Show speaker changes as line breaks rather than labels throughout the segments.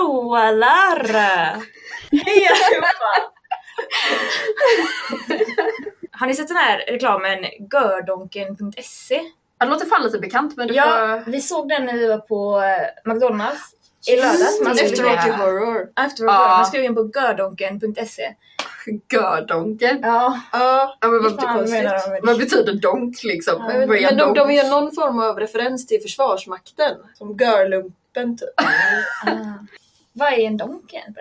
Hallabaloolar! Hej allihopa! Har ni sett den här reklamen gördonken.se?
Ja, det låter fan lite bekant men du
Ja,
får...
vi såg den när vi var på eh, McDonalds i lördags. Man skulle,
Efter
gå
Rocky
in-
Horror.
efter
Ja.
Man skulle in på gördonken.se.
Gördonken.
Ja,
Ja, men
Vad
vad,
fan
konstigt.
menar de med det?
vad betyder donk liksom?
Ja, jag vet
Vad är
Men de,
donk?
de gör någon form av referens till Försvarsmakten. Som Görlumpen typ.
Ah. Vad är en donken?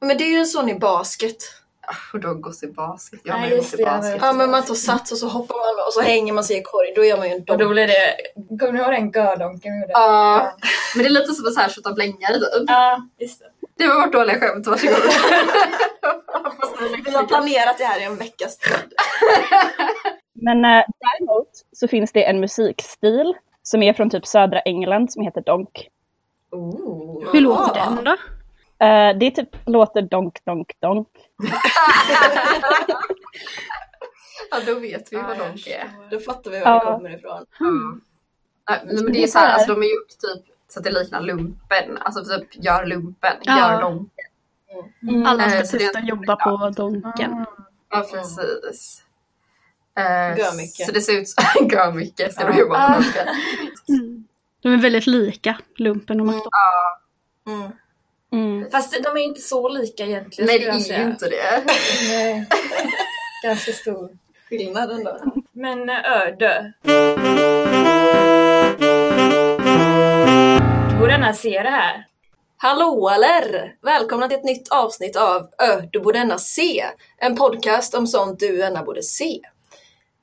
Men det är ju sån i basket.
Och de går i basket. Ja,
Nej,
men jag
just
går
det,
i
jag
basket.
vet.
Ja men man tar sats och så hoppar man och så hänger man sig i korgen. Då gör man ju en
Och då
donk.
blir det... Kommer ni ihåg den gördonken vi gjorde?
Ja, men det är lite som en sån här tjotta blänga i typ.
Ja, just det.
Det var vårt dåliga skämt, varsågod.
Vi har planerat det här i en veckas tid.
Men eh, däremot så finns det en musikstil som är från typ södra England som heter donk.
Oh.
Hur låter den då?
Eh, det är typ låter donk, donk, donk.
Ja, då vet vi
Ja,
vad
jag
donk är.
Då fattar vi var det
Ja.
kommer ifrån.
Hmm.
Mm. Nej, men det
Det
är
är
så här,
så här.
alltså, de är gjort typ så att det liknar lumpen. Alltså typ gör lumpen,
Ja.
gör donk.
Alla
Eh,
ska
så det är
testa jobba på donken.
Ja, precis. Eh,
Gör mycket.
Så det ser ut som... Gör mycket, ser du
Ja.
hur man
Ah.
mycket.
Mm. De är väldigt lika, lumpen och McDonalds.
Mm.
Mm.
Fast de är inte så lika egentligen.
Nej, det
skulle jag
är
säga.
ju inte det.
Nej. Eh, Ganska stor.
Skillnaden då.
Men eh, öde. Borde gärna se det här.
Hallå eller! Välkomna till ett nytt avsnitt av Ö, du borde änna se. En podcast om sånt du änna borde se.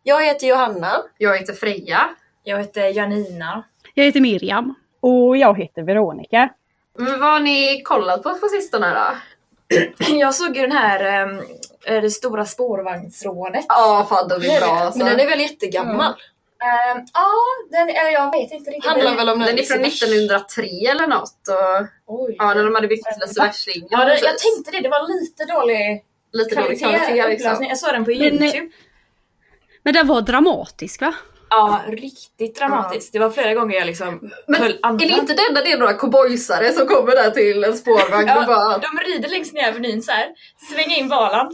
Jag heter Johanna.
Jag heter Freja.
Jag heter Janina.
Jag heter Miriam.
Och jag heter Veronica.
Men vad har ni kollat på på sistone då?
Jag såg ju den här ehm, eh, Det stora spårvagnsrånet.
Ja, fan den är bra alltså.
Men den är väl jättegammal?
Ehm, Ja, den, eller jag vet inte riktigt.
Handlar väl om
Den är från 1903 eller något. Och,
Oj.
ja, när de hade byggt Lisebergsringen.
Ja, det, jag
precis.
tänkte det. Det var lite dålig
Lite dålig kvalitet
kvalitet.
liksom.
upplösning. Jag såg den på
Men, eh,
Youtube.
Men den var dramatisk va?
Ja, riktigt dramatiskt. Det var flera gånger jag liksom
Men
höll
Är det inte den där det är några cowboysare som kommer där till en spårvagn och
Ja,
bara...
de rider längs ner avenyn så här, svänger in valan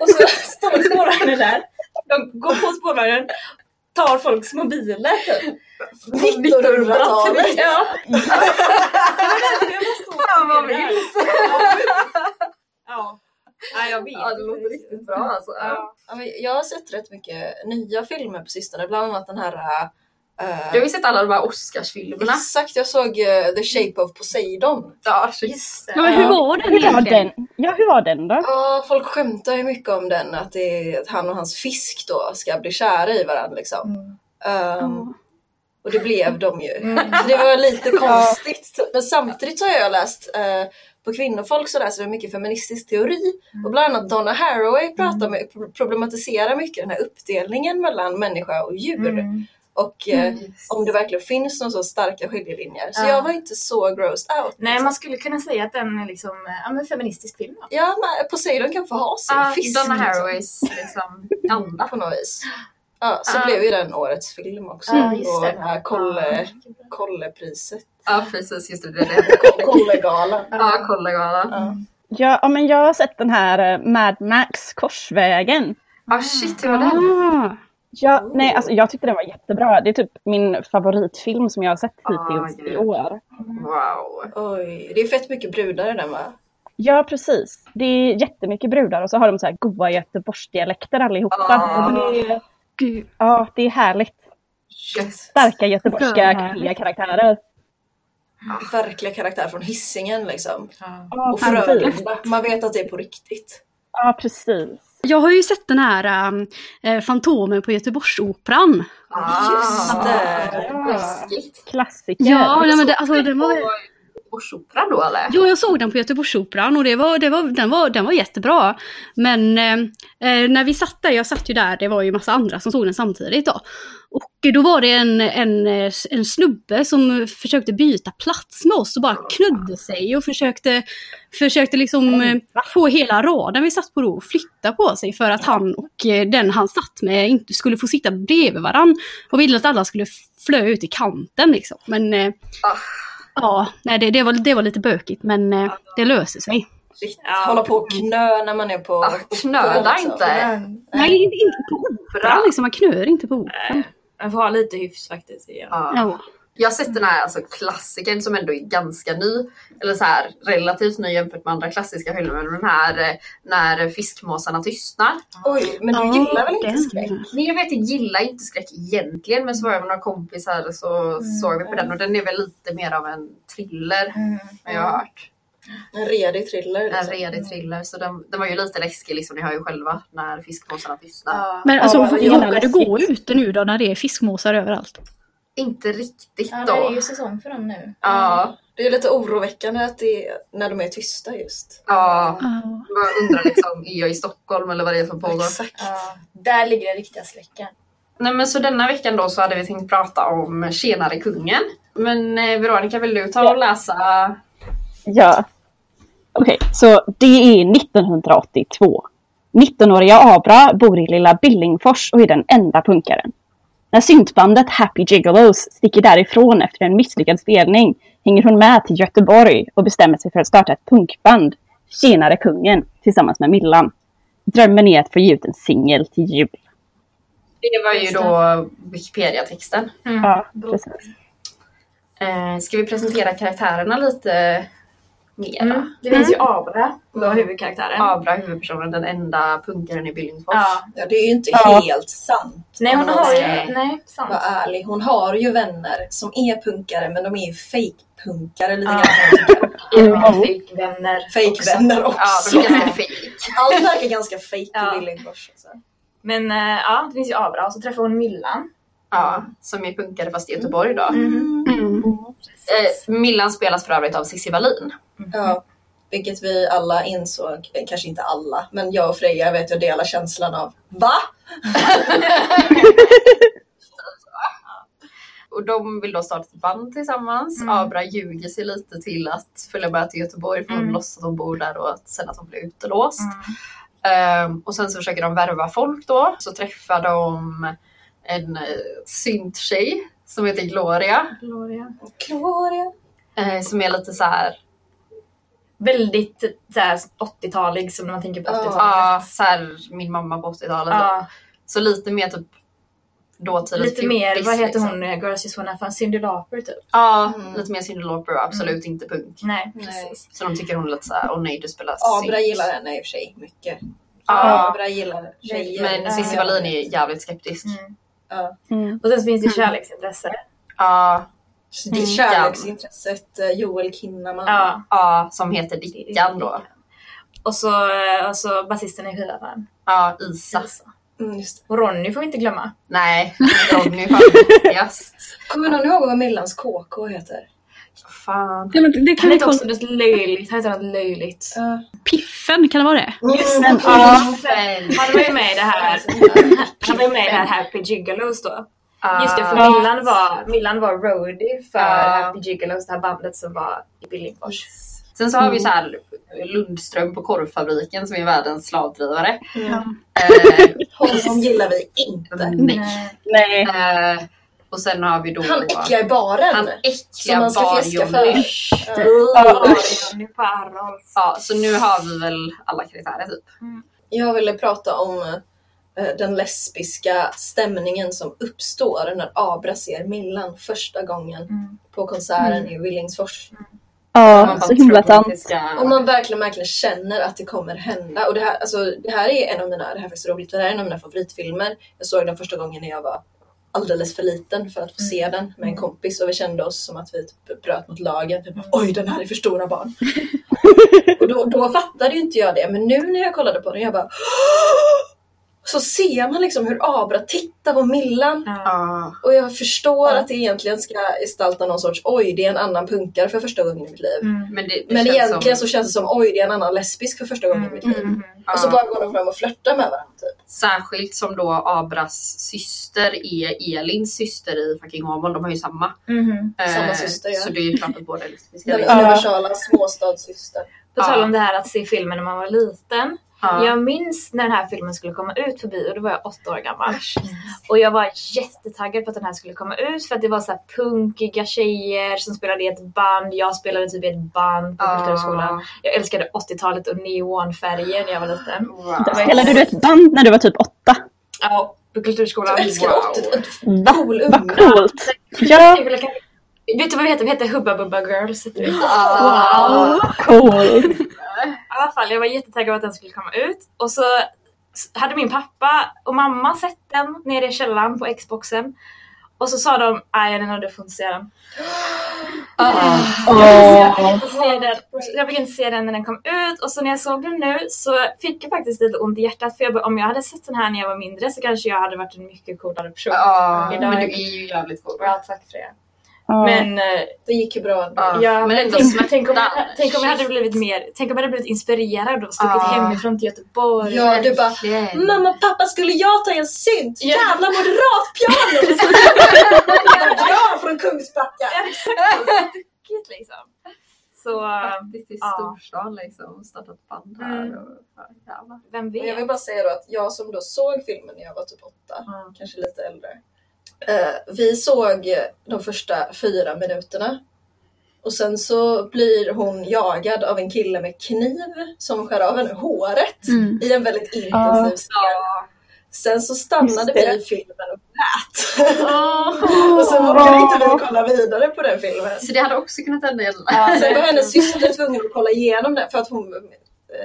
och så står spårvagnen där. De går på spårvagnen, tar folks mobiler. typ.
1900-talet!
Ja. Fan
Fan, vad vilt.
Ja. Ja, jag vet.
Ja, det låter riktigt bra alltså.
Ja.
Ja, men Jag har sett rätt mycket nya filmer på sistone, bland annat den här... eh,
Jag har ju sett alla de här Oscarsfilmerna.
exakt, jag såg eh, The Shape of Poseidon.
Ja, shit.
Just
Ja, men
det.
hur var den
Hur var
egentligen?
den? Ja, hur var den då?
Ja, folk skämtar ju mycket om den, att, det, att han och hans fisk då ska bli kära i varandra liksom.
Mm.
Ehm,
Ja.
Och det blev de ju.
Mm.
Så det var lite konstigt. Men samtidigt så har jag läst eh, på kvinnofolk så läser jag mycket feministisk teori.
Mm.
Och bland annat Donna Haraway pratar med, problematiserar mycket den här uppdelningen mellan människa och djur.
Mm.
Och eh, om det verkligen finns någon så starka skiljelinjer. Så
Ja.
jag var inte så grossed out.
Nej, man skulle kunna säga att den är liksom, eh, ja men feministisk film. då.
Ja, men Poseidon kan få ha sin
Ah,
Ja,
fisk.
Ah, Donna
liksom.
Haraways liksom anda.
På något vis. Ja, så
Ja.
blev ju den årets film också.
Ah. Ja, just
och
det. Ah.
den här kolle, kollepriset.
Ja precis, just det. det, är det.
Kollegalan.
Ja, kollegalan.
Ja.
Ja, ja, men jag har sett den här eh, Mad Max Korsvägen.
Ja shit, hur var den?
Ah,
Ja, nej, alltså, jag tyckte den var jättebra. Det är typ min favoritfilm som jag har sett
Ah,
hittills
gud.
i år.
Wow.
Oj, det är fett mycket brudar i den va?
Ja, precis. Det är jättemycket brudar och så har de så här goa göteborgsdialekter allihopa.
Ah.
Och det, är-
gud.
ja, det är härligt.
Shit.
Starka göteborgska
Skön.
kvinnliga karaktärer.
Verkliga karaktär från hissingen liksom.
Ja,
Och
precis.
Frölunda. Man vet att det är på riktigt.
Ja, precis.
Jag har ju sett den här ähm, eh, Fantomen på Göteborgsoperan.
Just det!
Ja.
Läskigt.
Klassiker.
Ja, nej, men det, alltså, den var...
Årsopera då eller?
Jo, jag såg den på Göteborgsoperan och det var, det var, den, var, den var jättebra. Men eh, eh, när vi satt där, jag satt ju där, det var ju massa andra som såg den samtidigt då. Och då var det en, en, eh, en snubbe som försökte byta plats med oss och bara knödde sig och försökte, försökte liksom eh, få hela raden vi satt på då att flytta på sig för att han och eh, den han satt med inte skulle få sitta bredvid varann. Och ville att alla skulle flö ut i kanten liksom. Men eh,
Ah.
Ja, nej, det, det, var, det var lite bökigt men eh, det löser sig.
Ja.
Hålla på och knö när man är på...
Ja, knöda
på-
Ah, inte.
Nej, inte, inte på operan liksom. Man knör inte på operan.
Man får ha lite hyfs faktiskt. Ja.
Ja.
Ja.
Jag har sett den här alltså, klassikern som ändå är ganska ny. Eller så här relativt ny jämfört med andra klassiska filmer. Den här eh, När fiskmåsarna tystnar.
Oj, men du gillar väl inte
den.
skräck?
Men jag vet, jag gillar inte skräck egentligen. Men så var jag med några kompisar och så såg vi på den. Och den är väl lite mer av en thriller. Har jag hört.
En redig thriller.
En
liksom.
redig thriller. Så den, den var ju lite läskig liksom. Ni hör ju själva när fiskmåsarna tystnar.
Ja.
Men alltså
Ja,
vad
vågar
gillar
du gå ute nu då när det är fiskmåsar överallt?
Inte riktigt
Ja, det
då.
är ju säsong för dem nu.
Ja,
Det är lite oroväckande att det är när de är tysta just.
ja.
Ja.
Man undrar liksom, är jag i Stockholm eller vad det är som pågår?
Exakt.
Ja, där ligger den riktiga släcken.
Nej men så denna veckan då så hade vi tänkt prata om Tjenare kungen. Men eh, Veronica vill du ta och läsa?
Ja. Okej, så det är 1982. 19-åriga Abra bor i lilla Billingfors och är den enda punkaren. När syntbandet Happy Gigolos sticker därifrån efter en misslyckad spelning hänger hon med till Göteborg och bestämmer sig för att starta ett punkband, Tjenare Kungen, tillsammans med Millan. Drömmen är att få ge ut en singel till jul.
Det var ju
Just
då Wikipedia-texten.
Mm. Ja, precis.
Eh, ska vi presentera karaktärerna lite mer?
Mm.
Det finns ju Abra, då huvudkaraktären.
Abra, huvudpersonen, den enda punkaren i Billingsfors.
Ja.
Ja, det är ju inte
Ja.
helt sant.
Nej hon
Om man
har
ska
ju... Nej, sant.
Vara ärlig. Hon har ju vänner som är punkare men de är ju fake-punkare lite
Ja.
grann.
Mm.
Mm.
Fejkvänner.
Fake-vänner också.
Ja, de är ganska fake.
Allt verkar ganska fake
Ja.
i Billingsfors. alltså.
Men eh, ja, det finns ju Abra och så träffar hon Millan.
Ja, som är punkare fast i Göteborg då.
Mm.
Eh, Millan spelas för övrigt av Cissi Wallin.
Ja, vilket vi alla insåg, eh, kanske inte alla, men jag och Freja vet jag delar känslan av VA?
Och de vill då starta ett band tillsammans.
Mm.
Abra ljuger sig lite till att följa med till Göteborg för hon
Mm.
låtsas att hon bor där och att, sen att hon blir utelåst. Ehm, och sen så försöker de värva folk då. Så träffar de en eh, synttjej som heter Gloria.
Gloria.
Gloria.
eh, som är lite så här,
Väldigt så här, 80-talig som man tänker på
Ja.
80-talet.
ja, så här min mamma på 80-talet. då.
Ja,
Så lite mer typ dåtidens
lite mer,
fjortis,
vad heter
liksom.
hon, eh, Girls Just Wanna Fan, Cyndi Lauper typ?
Ja,
Mm.
lite mer Cyndi Lauper och absolut
Mm.
inte punk.
Nej.
Nej.
Så de tycker hon är lite såhär, åh nej du spelar
Abra
synth."
gillar henne i och för sig mycket.
Ja.
Abra gillar tjejer.
Men Cissi
Ja.
Wallin är jävligt skeptisk.
Mm.
Ja.
Mm.
Och sen så finns det kärleksintresse.
Mm. Ja,
Så Det är kärleksintresset, eh, Joel Kinnaman.
Ja.
ja, som heter Dickan då.
Och så, eh, och så basisten i skivan.
Ja, Isa.
Mm, just det.
Och Ronny får vi inte glömma.
Nej, Ronny är fan viktigast.
Kommer någon ihåg vad Millans KK heter?
Fan.
Ja, men det kan
Han
vi
heter
kolla.
också något löjligt. Han heter något löjligt.
Piffen, kan det vara det?
Just det!
Ja,
Han var ju med i det här. Han var ju med i det här Happy Gigolos då. Just
Ah.
det, för
Ja.
Millan var, Millan var roadie för
Ja.
Happy Gigolos, det här bandet som var i Billingsfors.
Sen så har
Mm.
vi så här Lundström på korvfabriken som är världens slavdrivare.
Ja.
Eh,
Honom gillar vi inte.
nej.
Nej.
Eh, och sen har vi då
Han äckliga i
Han
baren.
äckliga
Som man ska fjäska
barjonen.
för.
Ja,
Ja.
Ronny på Arolf.
Ja, så nu har vi väl alla karaktärer typ.
Jag ville prata om eh, den lesbiska stämningen som uppstår när Abra ser Millan första gången
Mm.
på konserten i Billingsfors.
Ja,
Man bara
så himla
tror att
sant.
det ska-
Och man verkligen, verkligen känner att det kommer hända. Och det här, alltså, det här är en av mina, det här är faktiskt roligt, för det här är en av mina favoritfilmer. Jag såg den första gången när jag var alldeles för liten för att få se
Mm.
den med en kompis och vi kände oss som att vi typ bröt mot lagen. Vi
Mm.
bara, Oj, den här är för stora barn. och då, då fattade ju inte jag det, men nu när jag kollade på den, jag bara så ser man liksom hur Abra tittar på Millan
Ja.
Ja.
och jag förstår att det egentligen ska gestalta någon sorts oj, det är en annan punkare för första gången i mitt liv.
Mm.
Men, det, det
Men
känns
egentligen
som,
så känns det som oj, det är en annan lesbisk för första gången i mitt liv.
Mm.
ja,
Och så bara går de fram och flörtar med varandra. Typ.
Särskilt som då Abras syster är Elins syster i fucking Åmål. De har ju samma. Eh,
Mm.
Samma syster, ja.
Så det är ju klart att båda är lesbiska.
Den
liksom.
universala småstadssyster.
På tal
Ja.
om det här att se filmen när man var liten.
Ja.
Jag minns när den här filmen skulle komma ut på bio, då var jag åtta år gammal. Och jag var jättetaggad på att den här skulle komma ut för att det var så här punkiga tjejer som spelade i ett band. Jag spelade typ i ett band på kulturskolan. Jag älskade 80-talet och neonfärger när jag var liten.
Wow.
Det var-
Spelade du ett band när du var typ åtta?
Ja, på kulturskolan.
Jag älskar
Wow.
80-talet.
Va?
Cool
Vad
unge.
coolt! Ja,
Jag ville kanske- Vet du vad vi hette? Vi hette Hubba Bubba Girls. hette vi. I
Ah.
coolt!
alla fall, jag var jättetaggad på att den skulle komma ut. Och så s- hade min pappa och mamma sett den nere i källaren på Xboxen. Och så sa de, nej Elina du får inte se den.
Åh.
Jag fick inte se den. Jag fick inte se den när den kom ut och så när jag såg den nu så fick jag faktiskt lite ont i hjärtat för jag bara, om jag hade sett den här när jag var mindre så kanske jag hade varit en mycket coolare person.
Ja,
Idag.
men du är ju jävligt cool.
Bra, tack för det.
Ja.
Men eh,
Det gick ju bra.
Ja.
Ja,
men ändå
tänk, Alltså, tänk, om
smärta.
jag, tänk om jag hade blivit mer, tänk om jag hade blivit inspirerad och stuckit
Ah.
hemifrån till Göteborg.
Ja, du bara Mamma, pappa, skulle jag ta en synt? Jävla moderatpiano! Jag drar från Kungsbacka!
Stuckit, liksom. Så
Faktiskt i
Ja.
storstan liksom, startat band här.
Mm.
Och, ja, jävlar.
vem
Men jag
vet?
vill bara säga då att jag som då såg filmen när jag var typ åtta,
Mm.
kanske lite äldre. Eh, vi såg de första fyra minuterna. Och sen så blir hon jagad av en kille med kniv som skär av henne håret
Mm.
i en väldigt intensiv
Ja.
scen. Sen så stannade
Just
vi
det.
i filmen och grät. och sen vågade inte vi kolla vidare på den filmen.
Så det hade också kunnat hända Elna.
Sen Alltså, var hennes
Mm.
syster tvungen att kolla igenom det för att hon, eh,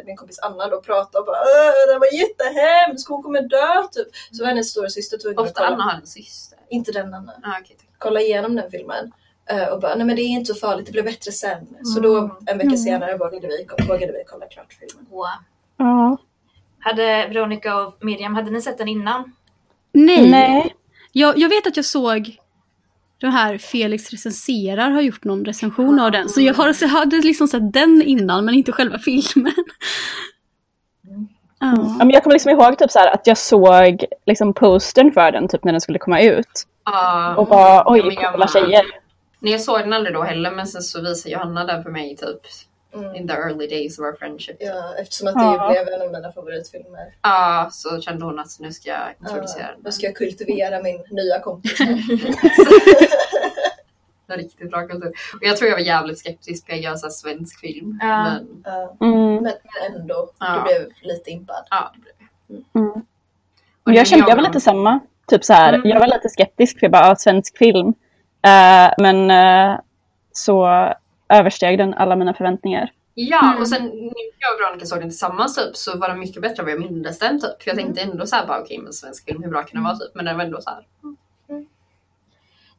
min kompis Anna då pratade och bara "Åh, det var jättehemskt, hon kommer dö typ. Så var hennes stora syster tvungen att
Ofta
kolla,
Anna har en syster.
inte den Anna,
Ah, okay,
kolla igenom den filmen. eh, Och bara, nej men det är inte så farligt, det blir bättre sen. Så
Mm.
då en vecka senare vågade vi, vågade vi kolla klart filmen.
Wow.
Ja.
Hade Veronica och Miriam, hade ni sett den innan?
Nej.
Nej.
Jag, jag vet att jag såg den här Felix recenserar har gjort någon recension av den. Så jag har, så jag hade liksom sett den innan men inte själva filmen. Mm.
Ja, men jag kommer liksom ihåg typ så här att jag såg liksom postern för den typ när den skulle komma ut.
Ah,
Och bara oj,
Ja, men jag
coola
med.
tjejer.
nej, jag såg den aldrig då heller men sen så visade Johanna den för mig typ
Mm.
in the early days of our friendship.
Ja, eftersom att det
Ja.
blev en av mina favoritfilmer.
Ah, så kände hon att nu ska jag introducera
Nu
den.
ska jag kultivera min nya kompis.
En riktigt bra kultur. Och jag tror jag var jävligt skeptisk för jag gör såhär svensk film.
Ja.
Men
Eh,
Mm.
Men ändå,
Ja.
du blev lite impad.
ja, det blev det.
Mm.
Och
Men
det
jag kände jag var
dem.
lite samma. Typ så här,
Mm.
Jag var lite skeptisk för jag bara, ja, svensk film. Eh, men eh, så översteg den alla mina förväntningar.
Ja, och sen när jag och Veronica såg den tillsammans typ, så var den mycket bättre än vad jag mindes den. Typ. För jag tänkte ändå så här, bara, okej men svensk film, hur bra kan den vara? Typ? Men den var ändå så här.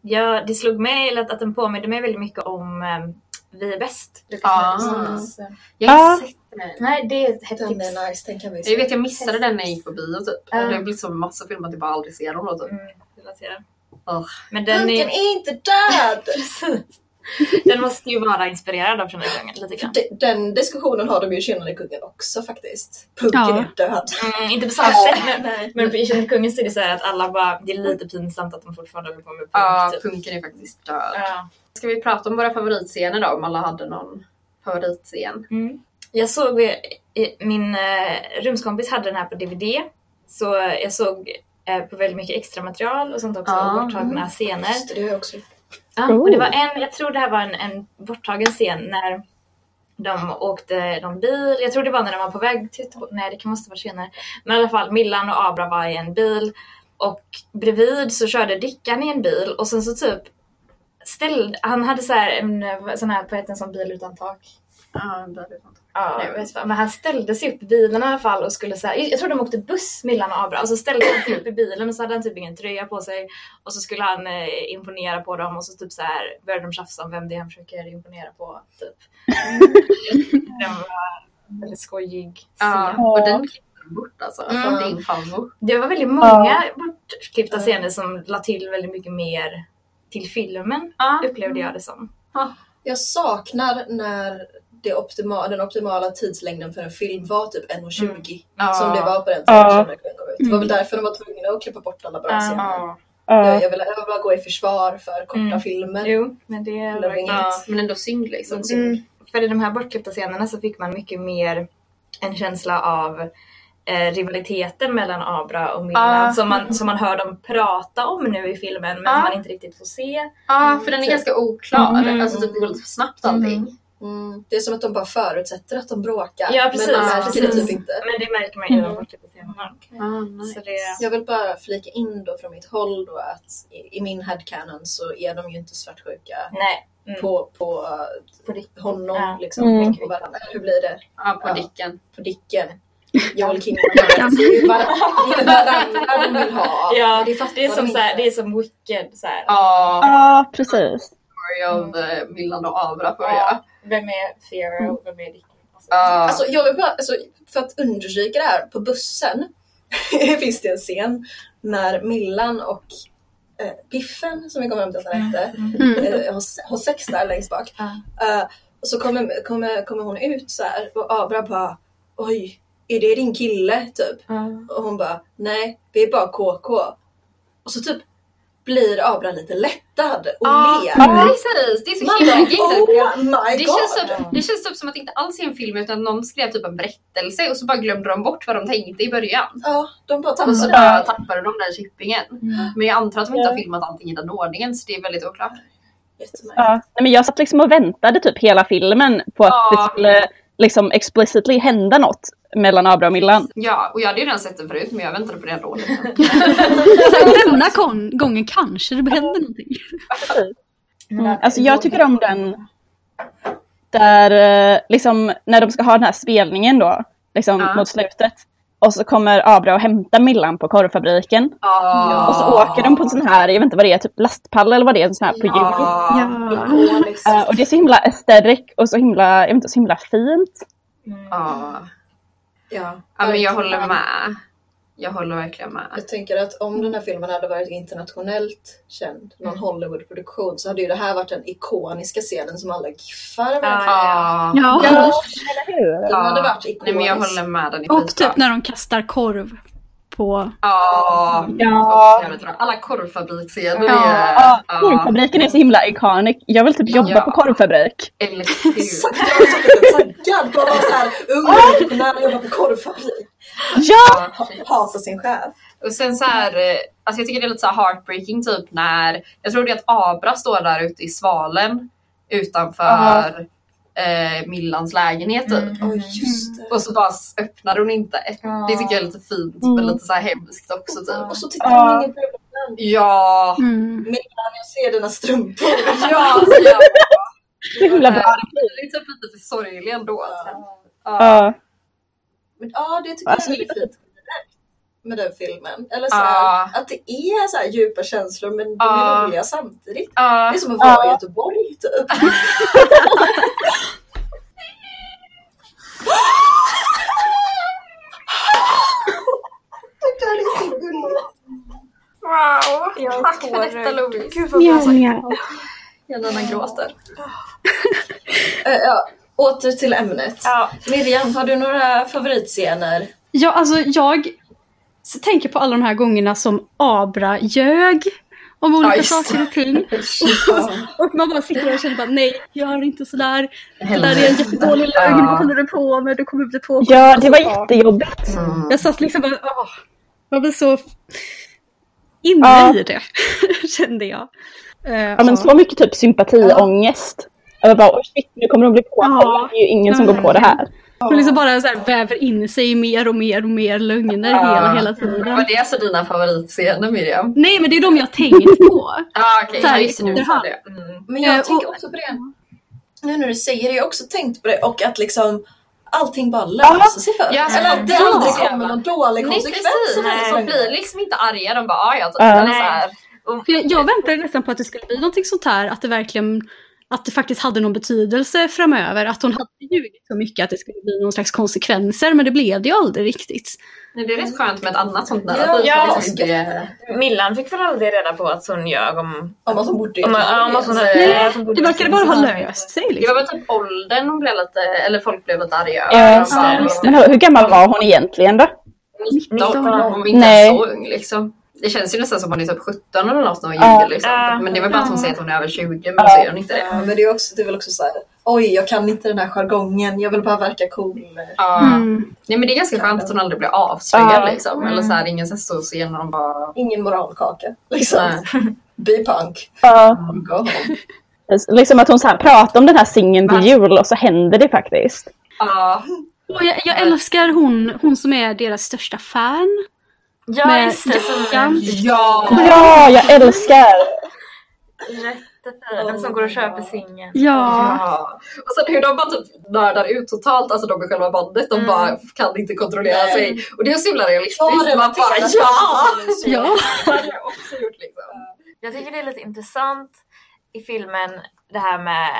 Ja, det slog mig eller att, att den påminde mig väldigt mycket om um, Vi är bäst. Lucas
Ah.
Magnusons, eh,
Jag har
Ja.
inte sett den.
Nej, det är ett hett
Den
tips.
är nice, den kan vi se.
Jag vet jag missade den när jag gick på bio typ.
Ja.
Det är liksom massa filmer att jag bara aldrig ser dem då typ.
Mm, relaterar.
Ugh.
Men den,
Punken
är,
är inte död!
den måste ju vara inspirerad av Kungakungen lite grann.
De- Den diskussionen har de ju i Tjenare kungen också faktiskt. Punken
Ja.
är död.
Mm, inte på samma sätt men,
Nej.
men i Kungakungen så är det så här att alla bara, det är lite pinsamt att de fortfarande håller på med punk.
Ja,
typ.
punken är faktiskt död.
Ja.
Ska vi prata om våra favoritscener då? Om alla hade någon favoritscen.
Mm. Jag såg, eh, eh, min eh, rumskompis hade den här på DVD. Så eh, jag såg eh, på väldigt mycket extra material och sånt också,
Ah,
och borttagna scener.
Just det, det har jag också.
Ja, och det var en, jag tror det här var en, en borttagen scen när de åkte någon bil. Jag tror det var när de var på väg till Göteborg. Nej, det kan måste vara senare. Men i alla fall, Millan och Abra var i en bil och bredvid så körde Dickan i en bil och sen så typ ställde, han hade så här en eh, sån här, vad heter en sån bil utan tak?
Ja, det hade jag inte.
Ja,
Nej,
jag vet fan. men han ställde sig upp i bilen i alla fall och skulle säga, jag tror de åkte buss Millan och Abra och så ställde han sig upp i bilen och så hade han typ ingen tröja på sig och så skulle han eh, imponera på dem och så typ så här började de tjafsa om vem det är han försöker imponera på typ. Den var en väldigt skojig scen.
Ja, och den klippte de bort alltså. Från
Mm.
din farmor.
Det var väldigt många bortklippta scener som la till väldigt mycket mer till filmen
Ja.
upplevde jag det som.
Jag saknar när det optima, den optimala tidslängden för en film var typ 1.20.
Ja.
Som det var på den
Ja.
tiden Tjenare kungen kom ut. Det var väl därför de var tvungna att klippa bort alla bra
Mm. Ja.
scener.
Ja.
Ja.
Jag, jag vill jag vill bara gå i försvar för korta
Mm.
filmer.
Jo, men det
Loving
var
it.
Men ändå synd liksom.
Som synd.
Mm. För i de här bortklippta scenerna så fick man mycket mer en känsla av eh, rivaliteten mellan Abra och Millard
Ah.
som, man, som man hör dem prata om nu i filmen men
Ah.
som man inte riktigt får se.
Ja, för den är ganska oklar.
Mm.
Alltså typ det går lite för snabbt allting.
Mm. Det är som att de bara förutsätter att de bråkar.
Ja, precis.
Men de
Ja,
märker det
precis.
typ inte.
Men det märker man ju mm. bort lite senare.
Ah, nice.
Så det,
Jag vill bara flika in då från mitt håll då att i, i min headcanon så är de ju inte svartsjuka
nej. Mm.
på, på,
På ditt-
honom
Ja.
liksom.
Mm.
På varandra. Hur blir det?
Ja, på
Ja.
Dicken.
På Dicken? Joel King och Karin. Det är ju var- det är ju varandra de vill ha.
Ja,
det fattar
det är som,
de
så här,
inte.
det är som wicked. Så här.
Ja,
Ja, precis.
story of eh, Millan och Abra får jag.
Ja. Vem är Fear och vem är Dick?
Ja.
Alltså, jag vill bara, alltså, för att understryka det här, på bussen finns det en scen när Millan och eh, Piffen, som vi kommer hem till att han hette,
Mm,
eh, har, se- har sex där längst bak. Eh, och så kommer, kommer, kommer hon ut så här och Abra bara Oj, är det din kille? Typ. Och hon bara Nej, vi är bara KK. Och så typ blir Abra lite lättad och
Ja,
ler.
precis! Det är så himla
Man
gigg.
bara, oh my
Ah. Det
god!
känns, typ, det känns typ som att det inte alls är en film utan någon skrev typ en berättelse och så bara glömde de bort vad de tänkte i början.
Ja, de bara
Och så
tappade
bara tappade de den chippingen.
Mm.
Men jag antar att de inte har filmat allting i den ordningen så det är väldigt oklart.
jättemärkligt.
Ja. Nej, men jag satt liksom och väntade typ hela filmen på att
Ja.
det skulle liksom explicitly hända något mellan Abra och Millan.
Ja, och jag hade ju redan sett den förut men jag väntade på den då. Liksom.
Så denna kon- gången kanske det händer någonting.
Mm. Alltså jag tycker om den där eh, liksom när de ska ha den här spelningen då, liksom
Ja.
mot slutet. Och så kommer Abra och hämtar Millan på korvfabriken.
Ja.
Och så åker de på en sån här, jag vet inte vad det är, typ lastpall eller vad det är, en sån här på hjul.
Ja.
Gå, liksom.
Eh, och det är så himla aesthetic och så himla, jag vet inte, så himla fint.
Mm.
Ja.
Ja,
ja, men jag
verkligen.
håller med. Jag håller verkligen med.
Jag tänker att om den här filmen hade varit internationellt känd, någon
Mm.
Hollywoodproduktion, så hade ju det här varit den ikoniska scenen som alla giffar verkligen.
Ah, Ja.
Ja.
Den hade varit ikonisk.
Nej men jag håller med den i
Och
skitbra.
typ när de kastar korv på...
Ja.
Ja.
Jävligt bra. Alla korvfabriksscener
Ja.
är...
Ja,
ja.
korvfabriken är så himla iconic. Jag vill typ jobba
Ja.
på korvfabrik.
Eller hur?
Exakt, jag var så taggad på att vara såhär
Ah!
ung när jag jobbar på korvfabrik.
Ja!
Hatar sin chef.
Och sen så här, eh, alltså jag tycker det är lite så här heartbreaking typ när, jag tror det är att Abra står där ute i svalen utanför eh, Millans lägenhet typ.
Oj, just det.
Och så bara s- öppnar hon inte. Det tycker jag är lite fint men
Mm.
lite så här hemskt också typ.
Och så tittar hon
Ja.
in i brudlådan.
Ja,
Mm.
Jag ser dina strumpor.
ja,
alltså,
så jag,
Så himla bra.
det är typ lite för sorglig ändå. Ja.
Ja.
Men ja, det tycker
Alltså,
jag är väldigt fint med den filmen. Eller så
Ja.
att det är så djupa känslor men de
Ja.
är roliga samtidigt. Det
Ja.
är som att vara i
Ja.
Göteborg typ. Det där är så gulligt.
Wow, tack för detta Lovisa. Gud
Mm.
Janina gråter.
Eh, ja, åter till ämnet.
Ja.
Miriam, har du några favoritscener?
Ja, alltså jag s- tänker på alla de här gångerna som Abra ljög om olika
just
saker och ting. och man bara sitter och känner bara nej, gör inte sådär. Det där är en jättedålig lögn, vad håller du på med? Du kommer bli på Alltså,
ja, det var jättejobbigt.
Jag satt liksom bara, åh, man blir så inne
Ja.
i det, kände jag. Eh,
Ja, men så mycket typ sympatiångest. Jag bara, oh shit, nu kommer de bli på
Ja.
Det är ju ingen som
Ja.
går på det här.
Man liksom bara så här väver in sig i mer och mer och mer lögner
Ja.
hela, hela tiden.
Var det alltså dina favoritscener Miriam?
Nej, men det är de jag tänkt på.
Ja okej,
Så här
ja,
i
just det, du sa
efterhand.
det. Mm.
Men jag
Eh,
tänker
och-
också på det. Nu när du säger det, jag har också tänkt på det och att liksom allting bara
Ja.
löser sig för
Ja,
en.
alltså,
Eller att det
ja.
aldrig kommer någon dålig
Nej
konsekvens.
precis,
av det.
de blir liksom inte arga, de bara ja ja typ.
Ja.
Eller så här.
För jag, jag väntade nästan på att det skulle bli någonting sånt här, att det verkligen att det faktiskt hade någon betydelse framöver. Att hon hade ljugit så mycket att det skulle bli någon slags konsekvenser, men det blev det ju aldrig riktigt.
Nej, det är rätt skönt med ett annat sånt där.
Ja,
ja.
Liksom det-
Millan fick väl aldrig reda på att hon ljög om...
Om att hon borde
om, om att hon
Nej,
att hon borde-
Det verkade bara ha löst sig
det var
liksom.
väl typ åldern hon blev lite, eller folk blev lite arga
Ja,
De bara,
just
Men hur, hur gammal var hon egentligen då?
19, hon var inte
Nej.
ens så ung liksom. Det känns ju nästan som hon är typ 17 eller något när hon
Ja.
ljuger liksom.
Ja.
Men det är väl bara att hon säger att hon är över 20 men
Ja.
så är hon inte det.
Ja, men det är, också, det är väl också så här, oj jag kan inte den här jargongen, jag vill bara verka cool.
Ja.
Mm.
Nej men det är ganska skönt att hon aldrig blir avslöjad
Ja.
liksom. Eller så här, ingen så här stor scen och hon bara...
Ingen moralkaka. Liksom.
Nej.
Be punk.
Ja.
Go home.
Liksom att hon så här pratar om den här singeln till jul och så händer det faktiskt.
Ja.
Och jag, jag älskar hon, hon som är deras största fan.
Ja,
Med
just det.
jackan.
Som,
Ja.
Ja, jag älskar!
den som går
Oh
och köper singeln.
Ja.
Ja. Och sen hur de bara typ nördar ut totalt, alltså de i själva bandet, de
Mm.
bara kan inte kontrollera
Nej.
sig. Och det är så himla realistiskt.
Ja, det
typ
Man bara
relaterar.
ja!
Ja.
Det hade jag också gjort liksom.
Jag tycker det är lite intressant i filmen det här med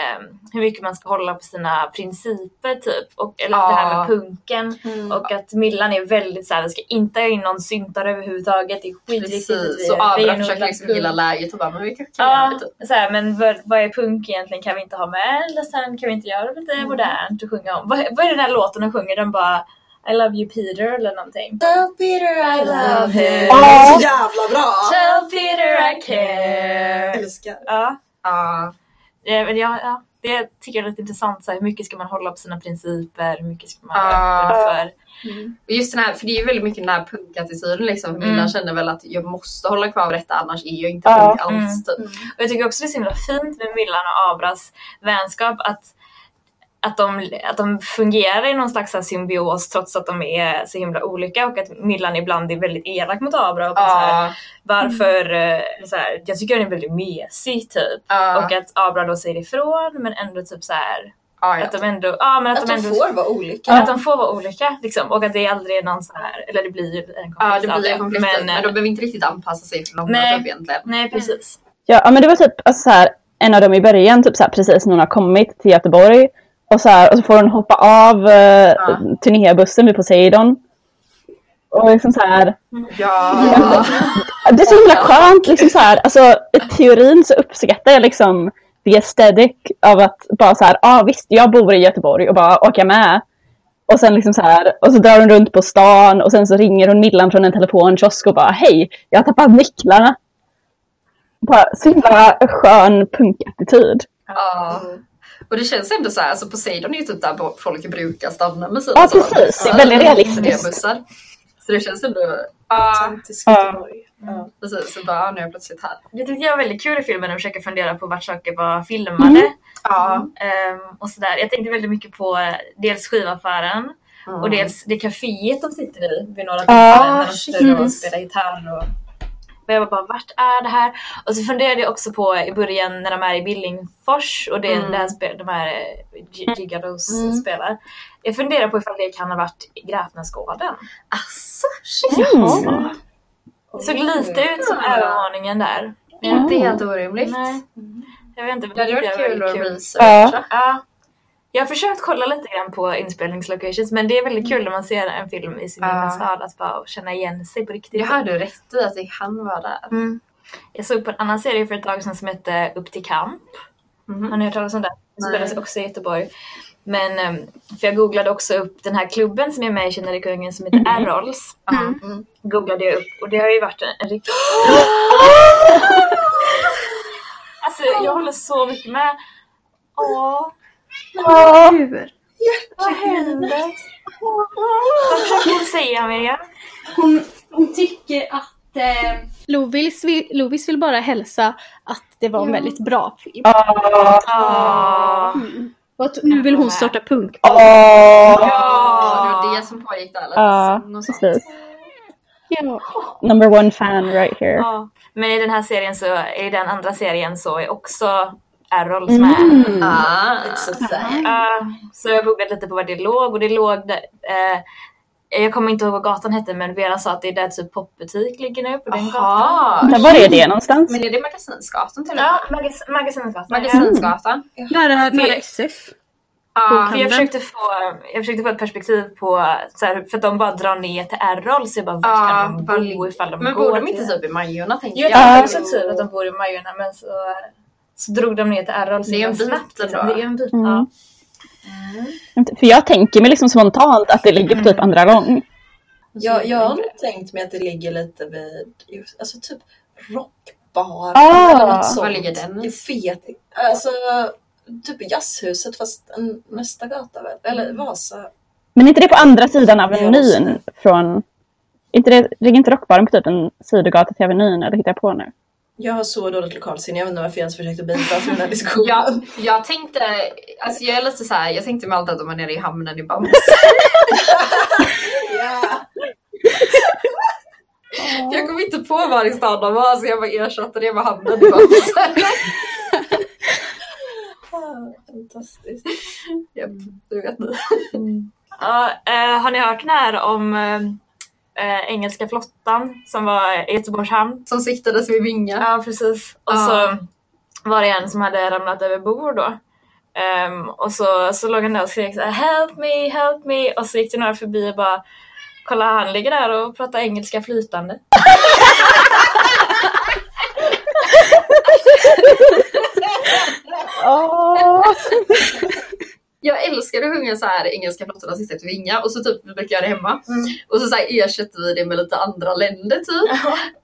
ehm, hur mycket man ska hålla på sina principer typ. Och, eller det här
Ja.
med punken.
Mm.
Och att Millan är väldigt såhär, vi ska inte ha in någon syntare överhuvudtaget. Det är skitviktigt att
Precis.
vi
Så
vi är
Abra
en
försöker
odlad
liksom
punk.
gilla läget och bara, men vi kan göra
Ja,
det typ.
så här, men vad, vad är punk egentligen? Kan vi inte ha med eller sen Kan vi inte göra det lite
Mm.
modernt och sjunga om? Vad, vad är den här låten de sjunger? Den bara I love you Peter eller någonting.
Tell Peter I love him.
Ja.
Så jävla bra!
Tell Peter I care.
Älskar.
Ja,
Ja.
eh, men jag, ja, det tycker jag är lite intressant. Så här, hur mycket ska man hålla på sina principer? Hur mycket ska man
Ja.
vara öppen för?
Och Just den här, för det är ju väldigt mycket den här punkattityden liksom. För
Mm.
Millan känner väl att jag måste hålla kvar vid detta annars är jag inte
Ja.
punk alls typ.
Och jag tycker också det är så himla fint med Millan och Abras vänskap att, att, de, att de fungerar i någon slags så här symbios trots att de är så himla olika och att Millan ibland är väldigt elak mot Abra. Och bara så här,
Ja.
varför, eh, så här, jag tycker den är väldigt mesig typ.
Ja.
Och att Abra då säger ifrån men ändå typ så här,
Ja, ja.
att de ändå, ja men att,
Att
de
de
ändå
får vara olika.
Att de får vara olika liksom, och att det aldrig är någon så här, eller det blir ju en konflikt
Ja, det
av
blir en konflikt. Men,
Men,
men de
eh,
behöver inte riktigt anpassa sig för någon
Nej.
typ egentligen.
nej precis.
Ja, ja, men det var typ alltså, så här, en av dem i början, typ så här, precis när hon har kommit till Göteborg. Och så, här, och så får hon hoppa av eh, turnébussen vid Poseidon. Och liksom så här,
Ja.
det är så himla skönt. Liksom så här, alltså, I teorin så uppskattar jag liksom the aesthetic av att bara så här, ah, visst jag bor i Göteborg och bara åka med. Och sen liksom så här, och så drar hon runt på stan och sen så ringer hon Millan från en telefonkiosk och bara hej, jag har tappat nycklarna. Bara så himla skön punkattityd.
Ja.
Mm.
Och det känns ändå så här, alltså Poseidon är ju typ där bo- folk brukar stanna med sina
Ja,
så-
precis. Det är
ja,
väldigt realistiskt.
turnébussar. Så det känns ändå, ja
Autentisk
Ja.
Göteborg. Ja.
precis. Så bara, ja, nu är jag plötsligt här.
Det tyckte jag var väldigt kul i filmen att försöka fundera på vart saker var filmade.
Mm. Ja.
Ehm, och sådär. Jag tänkte väldigt mycket på eh, dels skivaffären och dels det kaféet de sitter i vid några tillfällen när de sitter och spelar gitarr. Och... Men jag var bara, vart är det här? Och så funderade jag också på i början när de är i Billingfors och det är
Mm.
där spel, de här eh, gi- Gigados
Mm.
spelar. Jag funderar på ifall det kan ha varit i Gräfnäsgården.
Asså, shit.
Mm.
Det såg lite ut som
Ja.
övervåningen där.
Det är inte helt orimligt.
Nej. Jag vet inte, men
Det hade
tyckte
varit
jag var
kul
väldigt
att
Ja.
researcha.
Ja. Jag har försökt kolla lite grann på inspelningslocations men det är väldigt kul när man ser en film i sin
Mm. Ja.
egen stad att bara känna igen sig på riktigt.
Det har du rätt i, att det han var där.
Mm. Jag såg på en annan serie för ett tag sedan som hette Upp till kamp.
Mhm.
Har ni hört talas om den? Den
Nej.
spelas också i Göteborg. Men, ehm, för jag googlade också upp den här klubben som är med i Känner i kungen som
Mhm.
heter Errols.
Mm.
Googlade jag upp och det har ju varit en, en riktig... alltså jag håller så mycket med. Åh,
Ja.
vad hände? Vad försökte du säga Miriam?
Hon, hon tycker att eh, Lovis, vill, Lovis vill bara hälsa att det var en väldigt bra film.
Åh.
Och att nu vill hon starta punk.
Ja.
Ja.
Det var det som pågick där. Lite
Ja,
sång och sånt.
precis. Number one fan right here.
Ja. Men i den här serien så, i den andra serien så är också Errol som är
Mm.
Ah.
It's a fact.
Ja, så jag googlade lite på var det låg och det låg där, eh, jag kommer inte ihåg vad gatan hette men Vera sa att det är där typ popbutik ligger nu på den gatan.
Jaha.
Där var är det någonstans?
Men är det Magasinsgatan till och med?
Ja, Magas- Magasinsgatan. ja.
Magasinsgatan.
Nära, nära SF.
Ja.
För jag,
Handeln.
försökte få, jag försökte få ett perspektiv på, så här, för att de bara drar ner till Errol så jag bara vart
Ja,
kan
var
de bo
ligger-
ifall de
Ah, Men
går
bor de
till-
inte typ i Majorna tänker
Jag
jag?
tänkte
Ja.
också typ att de bor i Majorna men så, så drog de ner till Errol så
Det är en
himla
bit
snabbt, liksom.
ändå.
Det är en bit,
Mm.
ja.
För jag tänker mig liksom spontant att det ligger på typ andra gång.
Jag, jag har nog tänkt mig att det ligger lite vid, just- alltså typ rockbar
Ah,
eller något sånt.
Ah! Var ligger den?
Jag vet inte. Alltså, typ jazzhuset fast en, nästa gata väl? Eller
Mm.
Vasa?
Men är inte det på andra sidan Avenyn? Från, inte det, ligger inte Rockbaren på typ en sidogata till Avenyn? Eller hittar jag på nu?
Jag har så dåligt lokalsinne, jag vet inte varför jag ens försökte bidra till den här diskussionen.
Jag, jag tänkte, alltså jag är lite så här, jag tänkte med allt att de var nere i hamnen i Bamse. Jag kom inte på var i stan de var, så jag bara ersatte det med hamnen i Bamse.
Ah, Fantastiskt.
Japp, du vet ni.
Ja, eh, har ni hört den här om eh, eh, engelska flottan som var i Göteborgs hamn?
Som siktades vid Vinga.
Ja, precis. Och
Ja.
så var det en som hade ramlat över bord då. Ehm, och så, så låg han där och skrek så här, help me, help me. Och så gick det några förbi och bara kolla han ligger där och pratar engelska flytande.
Jag älskar att sjunga så här engelska flottorna siktades vid Vinga och så typ vi brukar göra det hemma.
Mm.
Och så, så här ersätter vi det med lite andra länder typ.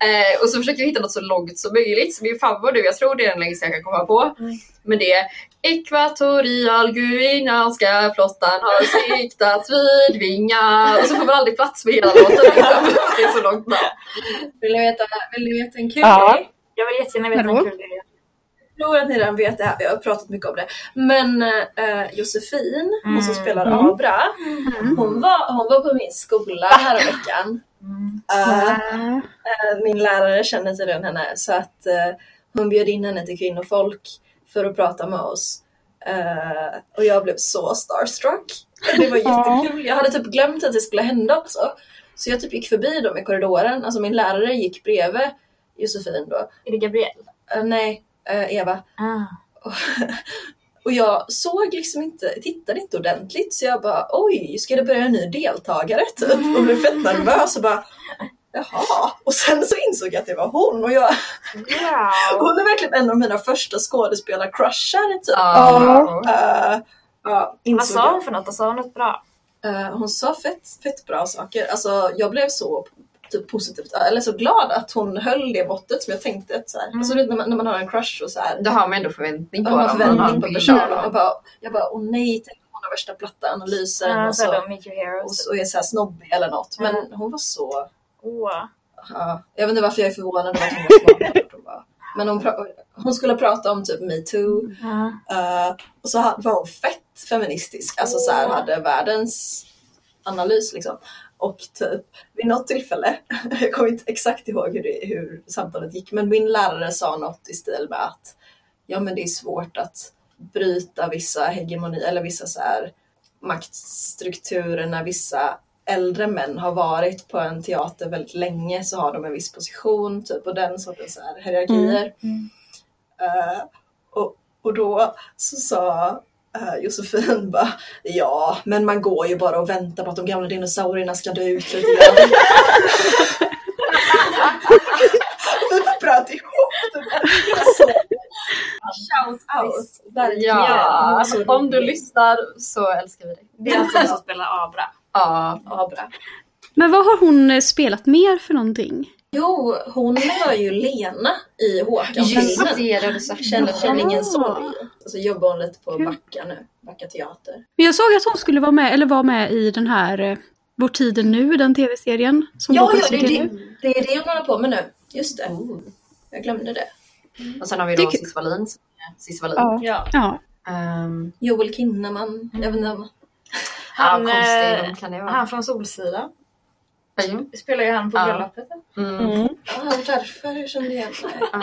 Eh, och så försöker vi hitta något så långt som möjligt. Så min favorit nu, jag tror det är den längsta jag kan komma på.
Mm.
Men det är Ekvatorialguinanska flottan har siktat vid Vinga. Och så får man aldrig plats med hela låten. Liksom. Det är så långt bra.
Vill ni veta, vill ni veta en kul
Ja.
grej?
Jag vill jättegärna veta
Vadå?
hur kul det är.
Jag tror att ni redan vet det här, vi har pratat mycket om det. Men eh, Josefin, hon som
Mm.
spelar
Mm.
Abra, hon var, hon var på min skola häromveckan.
Mm.
Eh, eh, min lärare känner tydligen henne så att eh, hon bjöd in henne till Kvinnofolk för att prata med oss. Eh, och jag blev så starstruck. Det var
Ja.
jättekul. Jag hade typ glömt att det skulle hända också. Så jag typ gick förbi dem i korridoren. Alltså min lärare gick bredvid Josefin då.
Är det Gabriel? Ah.
Eh, nej, eh, Eva. Och jag såg liksom inte, tittade inte ordentligt så jag bara oj, ska det börja en ny deltagare typ? Och blev fett nervös och bara jaha. Och sen så insåg jag att det var hon och jag,
Wow.
hon är verkligen en av mina första skådespelarcrushar typ.
Ja.
Eh, ja,
Vad
insåg
sa
jag.
hon för något? Sa hon något bra?
Eh, hon sa fett, fett bra saker. Alltså jag blev så typ, positivt, eller så glad att hon höll det måttet som jag tänkte. att Så här. Alltså, du vet, när, man, när man har en crush och så här.
Då har man ändå förväntning på
Jag har
dem.
förväntning på personen.
personen.
Jag bara, jag bara åh nej, tänk om hon har värsta platta analysen
Ja,
och,
så
så,
de Make Your Heroes.
och, så, och är så här snobbig eller något. Men hon var så...
Åh.
ja, jag vet inte varför jag är förvånad över att hon var smart. Hon var- Men hon, pra- hon skulle prata om typ metoo
Ja.
eh, och så ha- var hon fett feministisk. Alltså så här, hade världens analys liksom. Och typ vid något tillfälle, jag kommer inte exakt ihåg hur, det, hur samtalet gick, men min lärare sa något i stil med att ja men det är svårt att bryta vissa hegemoni eller vissa så här maktstrukturer när vissa äldre män har varit på en teater väldigt länge så har de en viss position typ och den sortens så här hierarkier. Eh, och, och då så sa eh, Josefin bara ja men man går ju bara och väntar på att de gamla dinosaurierna ska dö ut lite grann. Vi bröt ihop den där. Alltså, Shout out! Verkligen.
Ja,
Så
om du
roligt.
lyssnar så älskar vi dig.
Det är alltså hon som spelar Abra.
Ja.
Abra.
Men vad har hon eh, spelat mer för någonting?
Jo, hon var ju Lena i Håkan-filmen.
det, Ah. det har du sagt.
Känner känner ingen sorg. Och så jobbar hon lite på Backa nu. Backa teater.
Men jag såg att hon skulle vara med, eller var med i den här eh, Vår tid är nu, den tv-serien. Som
Ja,
går på
ja det, är
SVT
det,
nu.
det är det hon håller på med nu. Just det. Jag glömde det.
Och sen har vi då
Tycker-
Cissi Wallin. som är Cissi Wallin.
Ja.
Ja.
Ja.
Ehm,
Joel Kinnaman. Jag vet inte om...
Han,
ja,
eh,
konstig de kan det vara.
Han från Solsidan.
Mm.
Spelar ju han på
Ja.
bröllopet.
Mm.
Ah, därför jag kände igen mig.
Ja.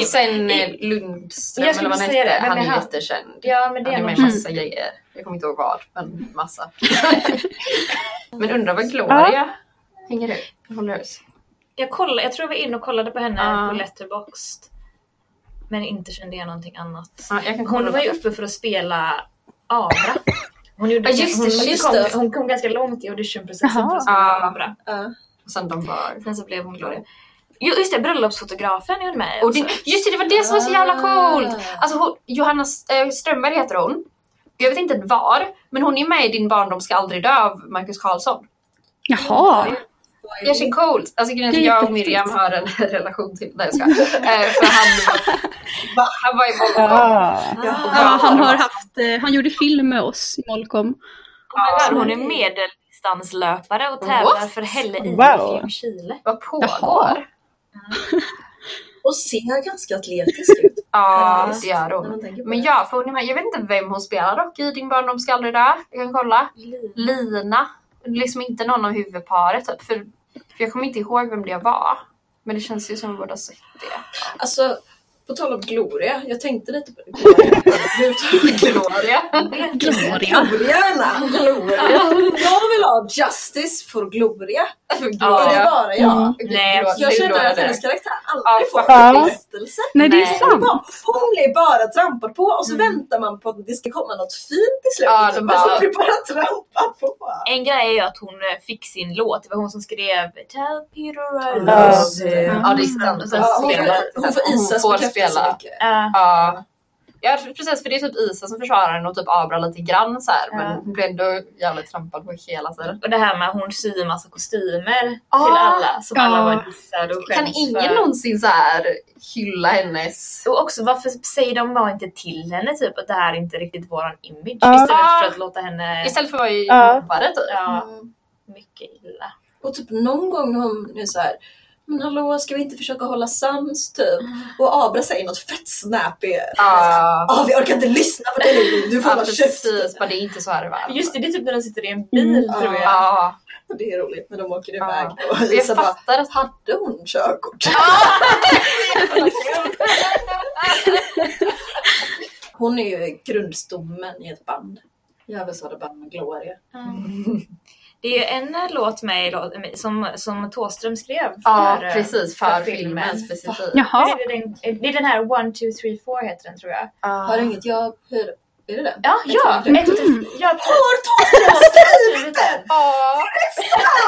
Och sen eh, Lundström,
Jag skulle
eller vad han
säga det.
hette,
Vem
han
är
är
han?
jättekänd.
Ja, men det
Han
är Mm.
är
någon
med i massa grejer. Jag kommer inte ihåg vad, men massa. men undrar vad Gloria hänger ut. Håller hus.
Jag, kollade, jag tror jag var inne och kollade på henne
Ja.
på Letterboxd. Men inte kände jag någonting annat.
Ja, jag kan kolla.
Hon var ju uppe för att spela Abra. Hon, gjorde,
Ja, just det,
hon,
just
kom,
det.
hon kom ganska långt i auditionprocessen för att spela
Ja.
Abra.
Ja.
Och sen de var...
Sen så blev hon Gloria. Jo, just det, bröllopsfotografen är hon med i
Och det,
också.
just det, det var det som var så jävla coolt!
Ah.
Alltså hon, Johanna eh, Strömberg heter hon. Jag vet inte var, men hon är med i Din barndom ska aldrig dö av Marcus Karlsson.
Jaha.
Yasin Cole, alltså grejen är att jag och Miriam har en relation till, nej jag skojar. Eh, För han, han var i Molkom.
Ah.
Ja, han, har haft, eh, han gjorde film med oss i Molkom.
Men Hon är medeldistanslöpare och tävlar
What?
för Helle IF
Wow.
i Ljungskile.
Vad pågår?
Jaha.
Och ser ganska atletisk ut.
Ja,
Faktiskt,
det gör
när
hon.
man tänker på
Men
det.
ja, för hon är med. Jag vet inte vem hon spelar dock i Din barndom ska aldrig dö. Jag kan kolla. Lina. Liksom inte någon av huvudparet typ. För, för jag kommer inte ihåg vem det var. Men det känns ju som vi borde ha sett det.
Alltså, på tal om Gloria, jag tänkte lite på det. Nu tar vi
Gloria.
Gloria.
Gloriana! Gloria. Jag vill ha Justice for Gloria.
Ja.
Är det bara jag?
Nej,
Jag känner att
Mm. det.
hennes karaktär
Ja,
aldrig får en
faktiskt.
berättelse.
Nej, det är
Nej.
sant.
Bara- Hon blir bara trampad på och så väntar man på att det ska komma något fint i slutet.
Mm. Ja, det
Men så
bara-
blir bara trampad på.
En grej är ju att hon eh, fick sin låt. Det var hon som skrev Tell Peter I
Ja.
love you.
Ja, det är sant.
Och sen
Ja, hon,
spelar-
får- hon får Isas
får
bekräftelse
spela.
mycket.
Ja. Eh,
Ja. Ja precis för det är typ Isa som försvarar henne och typ Abra lite grann så här. Men
Ja.
hon blir ändå jävligt trampad på hela tiden.
Och det här med att hon syr massa kostymer
Ah,
till alla som
ja.
alla var dissade och
Kan
skäms
ingen
för.
någonsin så här hylla hennes...
Och också varför säger de bara inte till henne typ att det här är inte riktigt våran image
Ja.
istället för att låta henne...
Istället för att vara ju
Ja.
mobbare typ.
Eh, Ja,
Mm.
mycket illa.
Och typ någon gång när hon nu så här. Men hallå, ska vi inte försöka hålla sams typ? Och Abra säger något fett snappy.
Mm. Ja.
Ah, vi orkar inte lyssna på dig, du får
Ja,
hålla käften.
precis, men det är inte så här i världen.
Just det, det är typ när de sitter i en bil
Mm.
tror jag.
Ja,
Det är roligt när de åker
Ja.
iväg och
jag
Lisa bara,
fattar att han...
hade hon körkort? Hon är ju grundstommen i ett band. Jävelsade band med Gloria.
Det är ju en eh, låt med i lå- som, som Thåström skrev.
Ja,
för, eh,
precis. För
för filmen.
filmen specifikt.
vad
Jaha.
heter den, det är den här One, two, three, four heter den tror jag.
Har inget jag hur, är det den?
Ja, ja!
Mm.
Ett, ja
Har Thåström skrivit den?
Ja.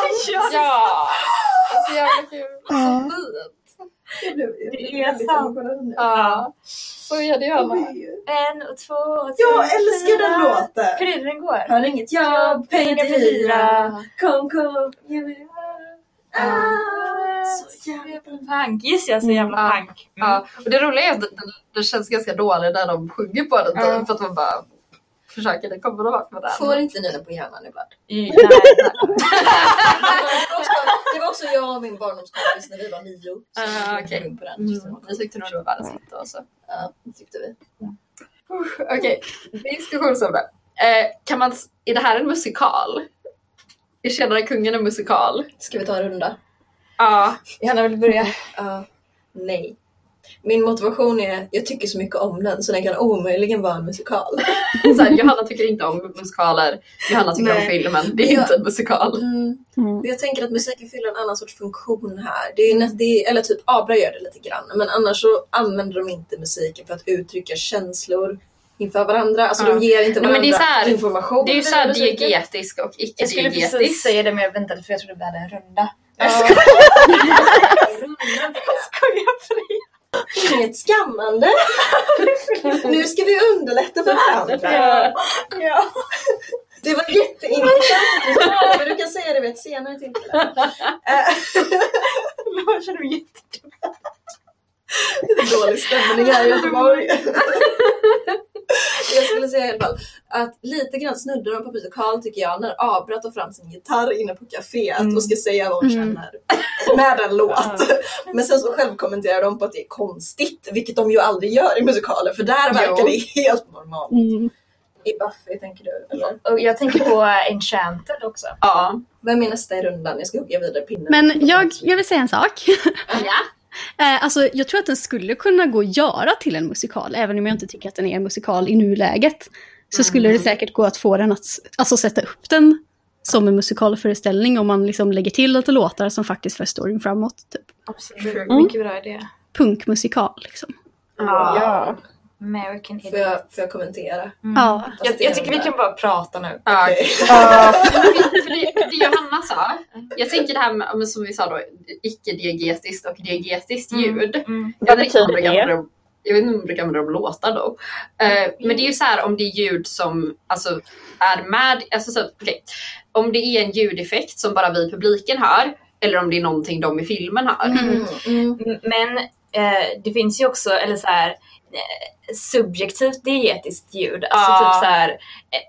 alltså,
ja.
Ja. Så jävla kul.
Ja.
Det är sant.
Ja. Så gör det ju alla.
En och två och tre.
Jag älskar den
fyra.
låten!
Hur är det den går?
Har inget jobb, pengar till hyra. Kom, kom, ge mig ah, Så jävla
Punk. Just det, jag säger jävla
Ja.
punk. Mm.
Ja, och det roliga är att den, den känns ganska dålig när de sjunger på den. typ, För att man bara försöker, det kommer någon vart med den.
Får inte ni den på hjärnan ibland?
I-
Det var också jag och min barndomskompis när vi var nio. Så
Ah,
vi
okej.
gick runt på den.
Mm. Vi tyckte nog det var världens hit alltså. också.
Ja, det tyckte vi.
Okej, diskussionsämne. Eh, kan man, s- är det här en musikal? Är Tjänare kungen en musikal?
Ska vi ta en runda?
Ja.
Johanna vill börja.
Ja. nej. Min motivation är, jag tycker så mycket om den så den kan omöjligen vara en musikal.
Så här, Johanna tycker inte om musikaler, Johanna tycker om filmen. Det är
Ja.
inte en musikal.
Mm.
Mm.
Jag tänker att musiken fyller en annan sorts funktion här. Det är ju nä- det är, eller typ Abra gör det lite grann, men annars så använder de inte musiken för att uttrycka känslor inför varandra. Alltså
Ja.
de ger inte
Nej,
varandra
men det är så här-
information.
Det är ju
via
såhär
musiken.
diegetisk och
Jag skulle precis
icke-diegetisk.
säga det men jag väntade för jag trodde vi hade en runda.
Inget skammande. nu ska vi underlätta för varandra. Det var jätteintressant. Men du kan säga det vid ett senare tillfälle. Eh,
Jag känner mig jätte-
Dålig stämning här i Göteborg. Jag skulle säga i alla fall att lite grann snuddar de på musikal tycker jag när Abra tar fram sin gitarr inne på kaféet och ska säga vad hon
Mm.
känner med en låt. Men sen så självkommenterar de på att det är konstigt, vilket de ju aldrig gör i musikaler för där verkar
Jo.
det helt normalt.
Mm.
I Buffy tänker du eller?
Och jag tänker på eh, Enchanted också.
Ja.
Vem är nästa i rundan? Jag ska hugga vidare pinnen.
Men jag, jag vill säga en sak.
ja.
Eh, Alltså, jag tror att den skulle kunna gå att göra till en musikal, även om jag inte tycker att den är en musikal i nuläget. Så skulle det säkert gå att få den att s- alltså, sätta upp den som en musikalföreställning om man liksom lägger till lite låtar som faktiskt för storyn framåt. Typ.
Absolut.
Mm.
Mycket bra idé.
Punkmusikal liksom.
Ja.
American
Får
Idiot. Mm.
jag, får jag kommentera?
Ja.
Jag, jag tycker vi kan bara prata nu.
Ja,
Okej.
För det, det Johanna sa, jag tänker det här med, men som vi sa då, icke-diegetiskt och diegetiskt ljud.
Mm.
Jag vet inte om
betyder
brukar
det?
använda dem- Jag vet inte om de brukar använda dem låtar då. Eh, men det är ju så här om det är ljud som alltså, är med, alltså, så, okej. om det är en ljudeffekt som bara vi i publiken hör, Eller om det är någonting de i filmen har.
Mm.
Mm,
Men eh, det finns ju också, eller så här eh, subjektivt dietiskt ljud. Alltså
Ja.
typ så här,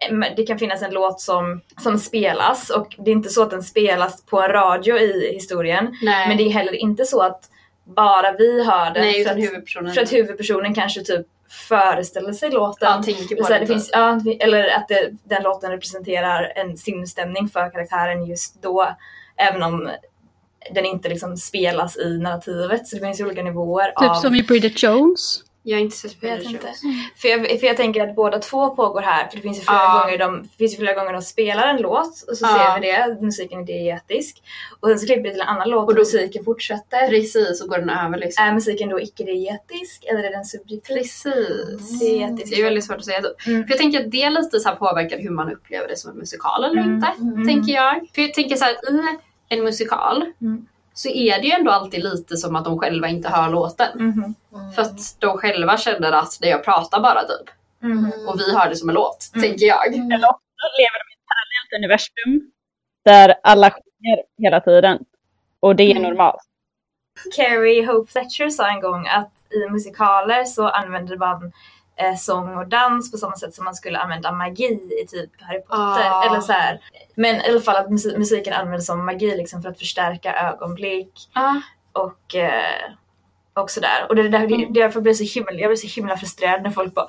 eh, eh, det kan finnas en låt som, som spelas och det är inte så att den spelas på en radio i historien.
Nej.
Men det är heller inte så att bara vi hör den
Nej,
för,
utan
att,
huvudpersonen
för att huvudpersonen kanske typ föreställer sig låten.
ja, tänker på
Så här, det
typ.
finns, ja, eller att det, den låten representerar en sinnesstämning för karaktären just då. Även om den inte liksom spelas i narrativet. Så det finns ju olika nivåer
Typ
av...
som i Bridget Jones.
Jag har inte sett
jag vet
Bridget
inte.
Jones.
För jag, för jag tänker att båda två pågår här. För det finns ju flera,
Ja.
gånger, de, det finns ju flera gånger de spelar en låt och så
Ja.
ser vi det. Musiken är dietisk. Och sen så klipper det till en annan låt och,
då-
musiken fortsätter.
Precis, och går den över liksom.
Är musiken då icke-dietisk eller är den subjektiv?
Äh, Precis.
Dietisk.
Det är väldigt svårt att säga.
Mm.
För jag tänker att det lite så här påverkar hur man upplever det som en musikal eller
Mm.
inte. Tänker jag. För jag tänker så här, i en musikal
Mm.
så är det ju ändå alltid lite som att de själva inte hör låten.
Mhm.
För att de själva känner att det jag pratar bara typ.
Mhm.
Och vi hör det som en låt,
Mm.
tänker jag.
Då lever de i ett parallellt universum där alla sjunger hela tiden. Och det är normalt.
Carrie Hope Thatcher sa en gång att i musikaler så använder man eh, sång och dans på samma sätt som man skulle använda magi i typ Harry Potter.
Ah.
Eller så här. Men i alla fall att musi- musiken används som magi liksom för att förstärka ögonblick och, eh, och sådär. Och det är där, det
Mm.
är därför jag blir så himla, jag blir så himla frustrerad när folk bara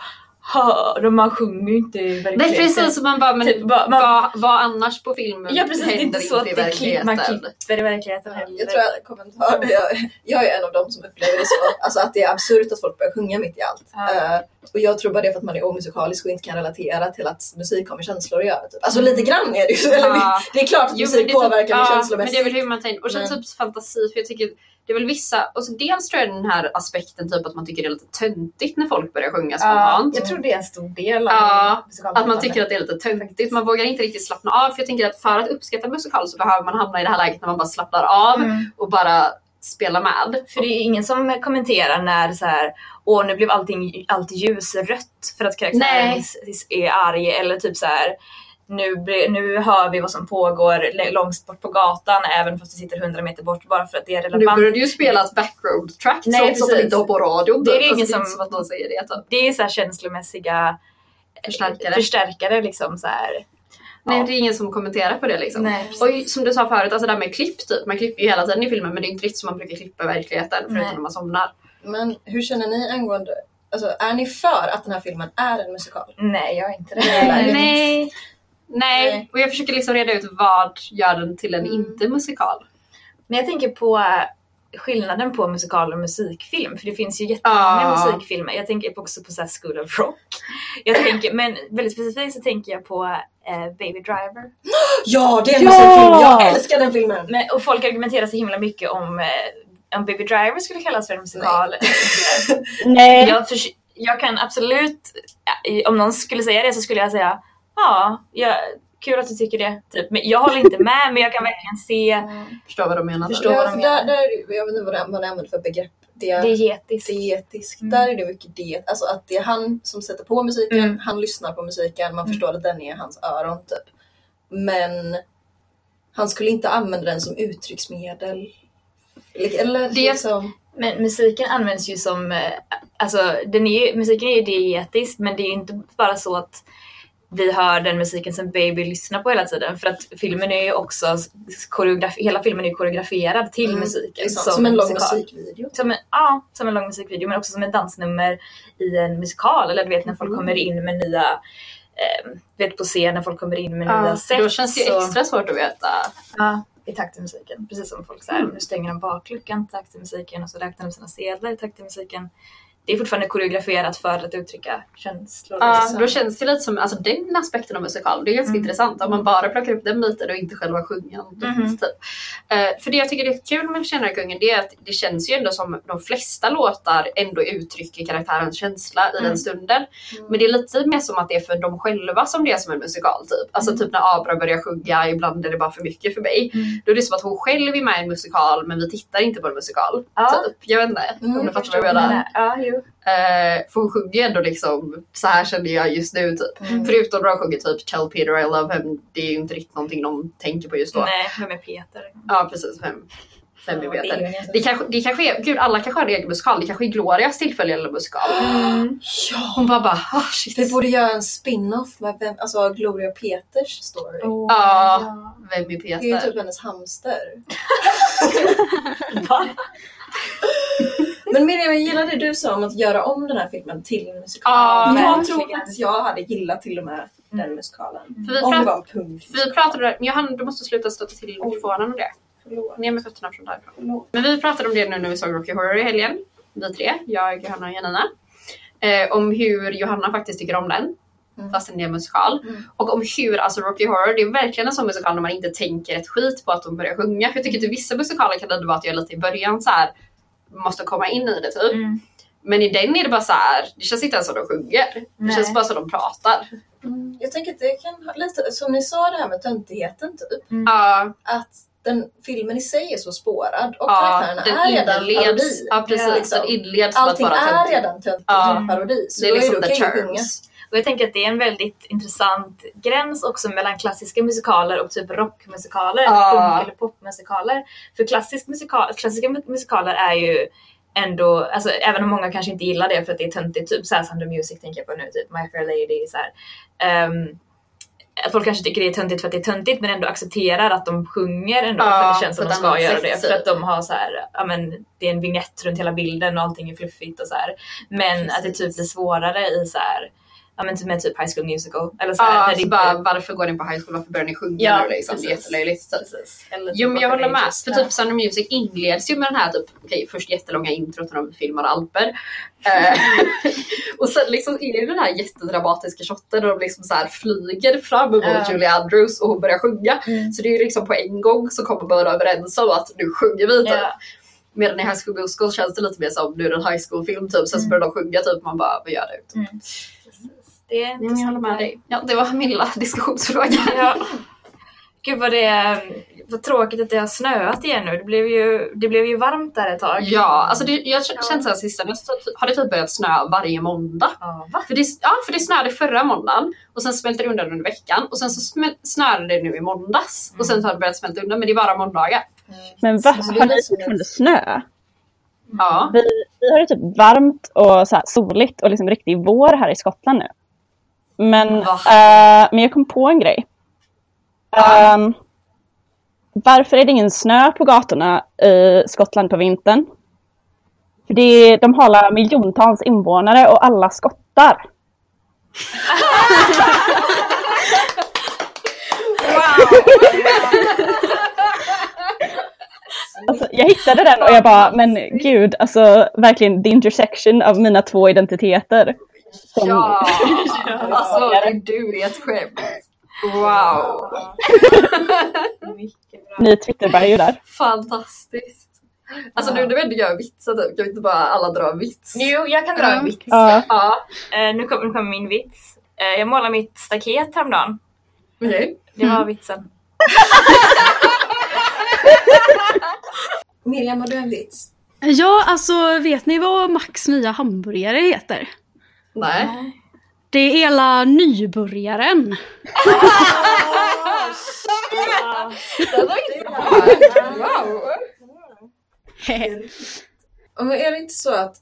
"Ha, de här sjunger ju inte i verkligheten.
Nej precis, och man bara, men
Typ, bara- man-
vad, vad annars på filmen
Ja precis, det är inte så att
i
det klipp, man
verkligheten?
klipper i verkligheten heller.
Jag tror jag kommer inte ha det. Jag, jag är en av dem som upplever det så. Alltså att det är absurt att folk börjar sjunga mitt i allt.
Ja.
Eh, och jag tror bara det är för att man är omusikalisk och inte kan relatera till att musik har med känslor att göra. Typ. Alltså lite grann är det ju. Eller,
liksom.
Ja.
Det är klart att
Jo, men
musik
det är typ-
påverkar mig
ja,
känslomässigt.
Men det är väl hur man tänker. Och sen
Men-
typ fantasi, för jag tycker det är väl vissa, och så dels tror jag den här aspekten typ att man tycker det är lite töntigt när folk börjar sjunga
Ja,
spontant.
jag tror det är en stor del av
Ja,
musikalplattan.
Att man tycker att det är lite töntigt, man vågar inte riktigt slappna av. För jag tänker att för att uppskatta en musikal så behöver man hamna i det här läget när man bara slappnar av
Mm.
och bara spela med.
För det är ingen som kommenterar när så här, åh nu blev allting, allt ljusrött för att karaktären
Nej.
is, is, är arg eller typ så här. Nu, blir- nu hör vi vad som pågår l- långt bort på gatan även fast vi sitter 100 meter bort bara för att det är
Nu
relevant.
började du ju spela ett backroad track
Nej,
trots att
precis.
den inte har på radion.
Det är
typ.
ingen
alltså, det är
som-
inte som att någon säger det. Typ.
Det är så här känslomässiga
Förstärkare.
förstärkare liksom så här.
Nej, det är ingen som kommenterar på det liksom.
Nej, precis.
Och ju- som du sa förut, alltså det här med klipp typ. Man klipper ju hela tiden i filmen men det är inte riktigt som man brukar klippa i verkligheten förutom
Nej.
när man somnar.
Men hur känner ni angående, alltså är ni för att den här filmen är en musikal?
Nej, jag är inte det.
Nej.
Nej.
Nej.
Nej.
Och jag försöker liksom reda ut vad gör den till en inte musikal.
Men jag tänker på eh, skillnaden på musikal och musikfilm. För det finns ju jättemånga
Ja.
musikfilmer. Jag tänker också på så här School of Rock. Jag tänker, men väldigt specifikt så tänker jag på eh, Baby Driver.
Ja, det är en
Ja!
musikfilm! Jag älskar den filmen!
Men, och folk argumenterar så himla mycket om eh, om Baby Driver skulle kallas för en musikal.
Nej.
Jag, förs- jag kan absolut, eh, om någon skulle säga det så skulle jag säga ja, jag, kul att du tycker det. Typ. Men jag håller inte med men jag kan verkligen se
Förstår vad de menar.
Förstår.
Ja,
vad de
för
menar.
där, där, jag vet inte vad det- vad ni använder för begrepp. Det är
dietiskt.
dietisk.
Mm.
Där är det mycket diet. Alltså att det är han som sätter på musiken,
Mm.
han lyssnar på musiken, man förstår att den är hans öron typ. Men han skulle inte använda den som uttrycksmedel. Eller
Det-
liksom...
Men musiken används ju som, eh, alltså den är ju, musiken är ju dietisk men det är ju inte bara så att vi hör den musiken som Baby lyssnar på hela tiden för att filmen är ju också, koreograf- hela filmen är ju koreograferad till
Mm, det är
musiken.
sant. som en lång
musikal.
musikvideo.
Som en, ja, som en lång musikvideo men också som ett dansnummer i en musikal eller du vet när
Mm.
folk kommer in med nya, eh, du vet på scen när folk kommer in med nya
Ja,
sätt.
då känns det ju
så-
extra svårt att veta.
Ja, i takt till musiken. Precis som folk säger, nu stänger de bakluckan i takt till musiken och så räknar de sina sedlar i takt till musiken. Det är fortfarande koreograferat för att uttrycka känslor.
Ja,
liksom.
då känns det lite som, alltså den aspekten av musikal, det är ganska
Mm.
intressant om man bara plockar upp den biten och inte själva sjungandet.
Mhm.
Typ. Eh, för det jag tycker är kul med Tjänarkungen det är att det känns ju ändå som de flesta låtar ändå uttrycker karaktärens känsla i
Mm.
den stunden. Men det är lite mer som att det är för dem själva som det är som en musikal typ. Alltså typ när Abra börjar sjunga, ibland är det bara för mycket för mig.
Mm.
Då är det som att hon själv är med i en musikal men vi tittar inte på en musikal.
Ja.
Typ. Jag vet inte om
Mm,
du fattar
Förstår
vad jag menar.
Ja, jo.
Eh, för hon sjunger ändå liksom, så här känner jag just nu typ. Förutom när hon sjunger typ Tell Peter I love him, det är ju inte riktigt någonting de tänker på just då.
Nej, vem är Peter?
Ja precis, vem, vem
Ja,
vi vet
det är ju
det.
ingen som-
Det kanske, det kanske är, gud alla kanske har en egen musikal, det kanske är Glorias tillfälliga lilla musikal.
Ja!
Hon bara bara, ah shit.
Vi borde göra en spin-off med vem, alltså Gloria Peters story.
Ja, vem är
Det är ju
Peter?
typ hennes hamster.
Va?
Men Miriam, jag gillar det du sa om att göra om den här filmen till en musikal.
Ja,
jag
verkligen.
tror faktiskt jag hade gillat till och med den musikalen.
För vi,
Om det
prat,
var en punkt.
vi pratade om det, Johanna du måste sluta stöta till mikrofonen om det.
Förlåt.
Ner med fötterna från därifrån.
Förlåt.
Men vi pratade om det nu när vi såg Rocky Horror i helgen. Vi tre, jag, Johanna och Janina. Eh, om hur Johanna faktiskt tycker om den.
Mm.
Fast det är en musikal.
Mm.
Och om hur, alltså Rocky Horror, det är verkligen en sån musikal när man inte tänker ett skit på att de börjar sjunga. För jag tycker att i
Mm.
vissa musikaler kan det ändå vara att jag lite i början så här måste komma in i det typ.
Mm.
Men i den är det bara så här, det känns inte ens som de sjunger. Det
Nej.
känns bara som de pratar.
Mm. Jag tänker att det kan ha lite, som ni sa det här med töntigheten typ.
Ja,
Att den filmen i sig är så spårad och
ja
karaktärerna
den
är redan
inleds.
parodi.
Ja precis,
liksom.
den inleds med att
Allting
bara
är
tänka.
redan töntigt
Ja.
och parodi. Så
Det är liksom
då är
the
det okej att sjunga.
terms.
Och jag tänker att det är en väldigt intressant gräns också mellan klassiska musikaler och typ rockmusikaler,
Ja.
punk eller popmusikaler. För klassisk musikal, klassiska mu- musikaler är ju ändå, alltså även om många kanske inte gillar det för att det är töntigt, typ såhär Sound of Music tänker jag på nu, typ My Fair Lady så här. Ehm, att folk kanske tycker det är töntigt för att det är töntigt men ändå accepterar att de sjunger ändå
Ja,
för att det känns som
på
de
ett
ska
annat
göra
sätt,
det. För
typ.
att de har så här, ja men det är en vignett runt hela bilden och allting är fluffigt och så här. Men att det typ blir svårare i så här, ja men typ med typ High School Musical. Eller så här,
Ja,
när det
alltså
inte-
bara, varför går ni på high school? Varför börjar ni sjunga
Ja,
nu? Liksom? Det är
precis.
jättelöjligt. Så-
Precis. Eller
Jo men jag håller med.
Outrageous.
För typ Sound of Music inleds ju med den här typ, okej först jättelånga introt när de filmar alper. Eh, och sen liksom är det den här jättedramatiska shotten där de liksom så här flyger fram mot
Ja. Mm.
Julie Andrews och hon börjar sjunga. Så det är ju liksom på en gång så kommer man överens om att nu sjunger vi typ.
Ja.
Medan i High School Musical känns det lite mer som nu är det en high school film typ. Sen
Mm.
så börjar de sjunga typ man bara, vad gör det? Typ.
Det är
jag håller med dig. Ja, det var min lilla diskussionsfråga.
Ja. Gud vad det är, vad tråkigt att det har snöat igen nu. Det blev ju, det blev ju varmt där ett tag.
Ja, alltså det, jag k- känner såhär sista nästa har det typ börjat snöa varje måndag.
Ja, va?
För det, ja, för det snöade förra måndagen och sen smälte det undan under veckan och sen så smä- snöade det nu i måndags och sen så har det börjat smälta undan men det är bara måndagar.
Men va?
Så det
Har ni
blir som
fortfarande snö?
Ja.
Vi har det typ varmt och så här soligt och liksom riktig vår här i Skottland nu. Men,
Va?
eh, men jag kom på en grej. Ehm, varför är det ingen snö på gatorna i Skottland på vintern? För det är, de har alla miljontals invånare och alla skottar. Alltså, jag hittade den och jag bara, men gud, alltså verkligen the intersection av mina två identiteter. Som-
Ja, alltså du är ett skämt. Wow,
Mycket bra.
Ni twittrar ju där.
fantastiskt. Alltså nu när vi ändå gör vitsar typ, kan vi inte bara alla dra en vits?
Jo, jag kan dra en vits.
Ja.
Mm. Ja,
Eh, nu kommer kom min vits. Eh, jag målade mitt staket häromdagen.
okej.
Det var vitsen.
Miriam, har du en vits?
Ja, alltså vet ni vad Max nya hamburgare heter?
Nej.
Det är hela nybörjaren.
Den var inte bra. Wow.
Ja, Men är det inte så att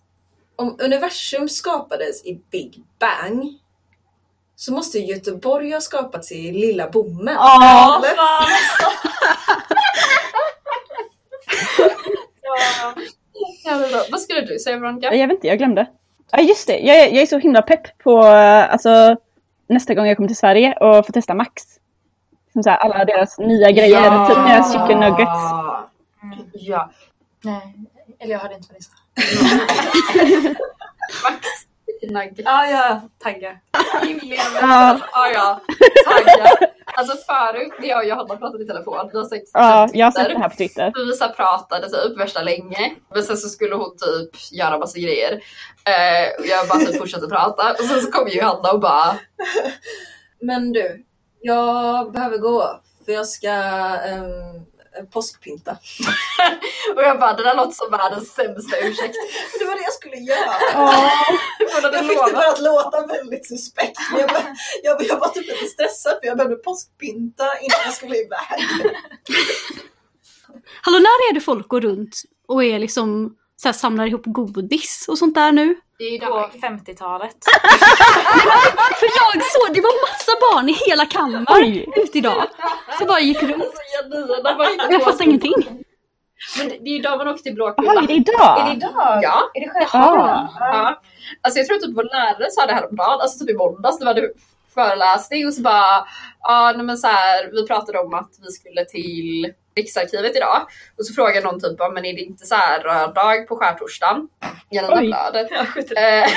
om universum skapades i Big Bang så måste Göteborg ha skapats i Lilla Bommen.
Ja.
eller?
Jävla bra. Vad skulle du säga Veronica?
Jag vet inte, jag glömde. Ja just det, jag, är- jag är så himla pepp på eh, alltså, nästa gång jag kommer till Sverige och får testa Max. Som så här, alla deras nya grejer, typ deras chicken nuggets.
Ja.
Nej, eller jag hörde inte vad ni sa.
Max chicken nuggets.
Ja, ja, tagga.
Ja,
Ja, ja. Tagga. Alltså förut när jag och Johanna pratade i telefon, vi har sex
ja, jag har sett det här på Twitter.
Vi så här pratade typ värsta länge. Men sen så skulle hon typ göra massa grejer. Eh, och jag bara typ fortsatte prata. Och sen så kom ju Johanna och bara
Men du, jag behöver gå för jag ska ehm, eh, påskpinta.
Och jag bara, det där låter som världens sämsta ursäkt.
Det var det jag skulle göra.
Hon hade
Jag fick det
lovat.
bara att låta väldigt suspekt. Men jag, bara- jag, jag var typ lite stressad för jag behövde påskpinta innan jag skulle iväg.
Hallå, när är det folk går runt och är liksom så här, samlar ihop godis och sånt där nu?
Det är
På
idag.
50-talet.
För jag såg, det var massa barn i hela Kalmar ute idag. Så bara gick runt.
Alltså, Janina bara hittar
Jag
på
fattar
en-
ingenting.
Men det det är ju idag man åker till
Jaha,
Blåkulla.
är det idag?
Är det idag?
Ja.
Är det själv?
Ja.
ja. Alltså jag tror typ vår lärare sa det här om dagen, alltså typ i måndags, det var det föreläsning och så bara, ja nej men så här, vi pratade om att vi skulle till Riksarkivet idag och så frågade någon typ, ja men är det inte så här röd dag på skärtorsdagen? Genom
Oj.
bladet. Eh,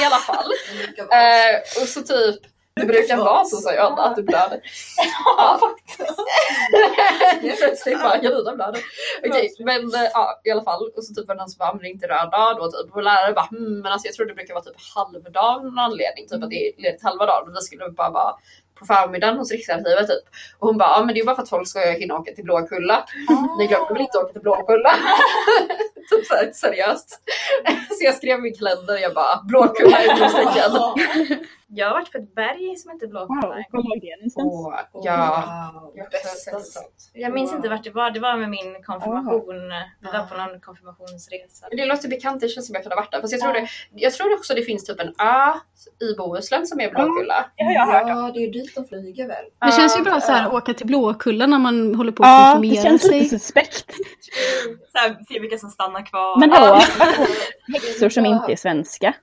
I alla fall. Eh, och så typ, det brukar vara så sa jag, att du blöder. Ja, faktiskt. Plötsligt bara, Janina blöder. Okej, men eh, ja, i alla fall. Och så typ var det någon som bara, men det är inte röd dag då typ. Och lärare bara, hmm, men alltså jag tror det brukar vara typ halvdag av någon anledning. Typ att det är ledigt halva dagen. Och vi skulle bara vara på förmiddagen hos Riksarkivet typ. Och hon bara, ja men det är bara för att folk ska hinna åka till Blåkulla. Ni glömde väl inte åka till Blåkulla? typ såhär seriöst. så jag skrev i min kalender, jag bara, Blåkulla är utropstecken.
Jag har varit på ett berg som heter Blåkulla.
Wow, kom ihåg det någonstans.
Åh, ja. Jag
Bästa.
Jag minns inte vart det var, det var med min konfirmation. Vi var på någon konfirmationsresa.
Men Det låter bekant, det känns som jag kan ha varit där. Fast jag tror, det, jag tror också det finns typ en ö i Bohuslän som är Blåkulla.
Det har jag hört.
Ja, det är ju dit de flyger väl?
Det känns ju bra så här att åka till Blåkulla när man håller på att
Ja, det
konfirmera
känns
sig.
lite suspekt.
Så här, se vilka som stannar kvar.
Men hallå, häxor som inte är svenska.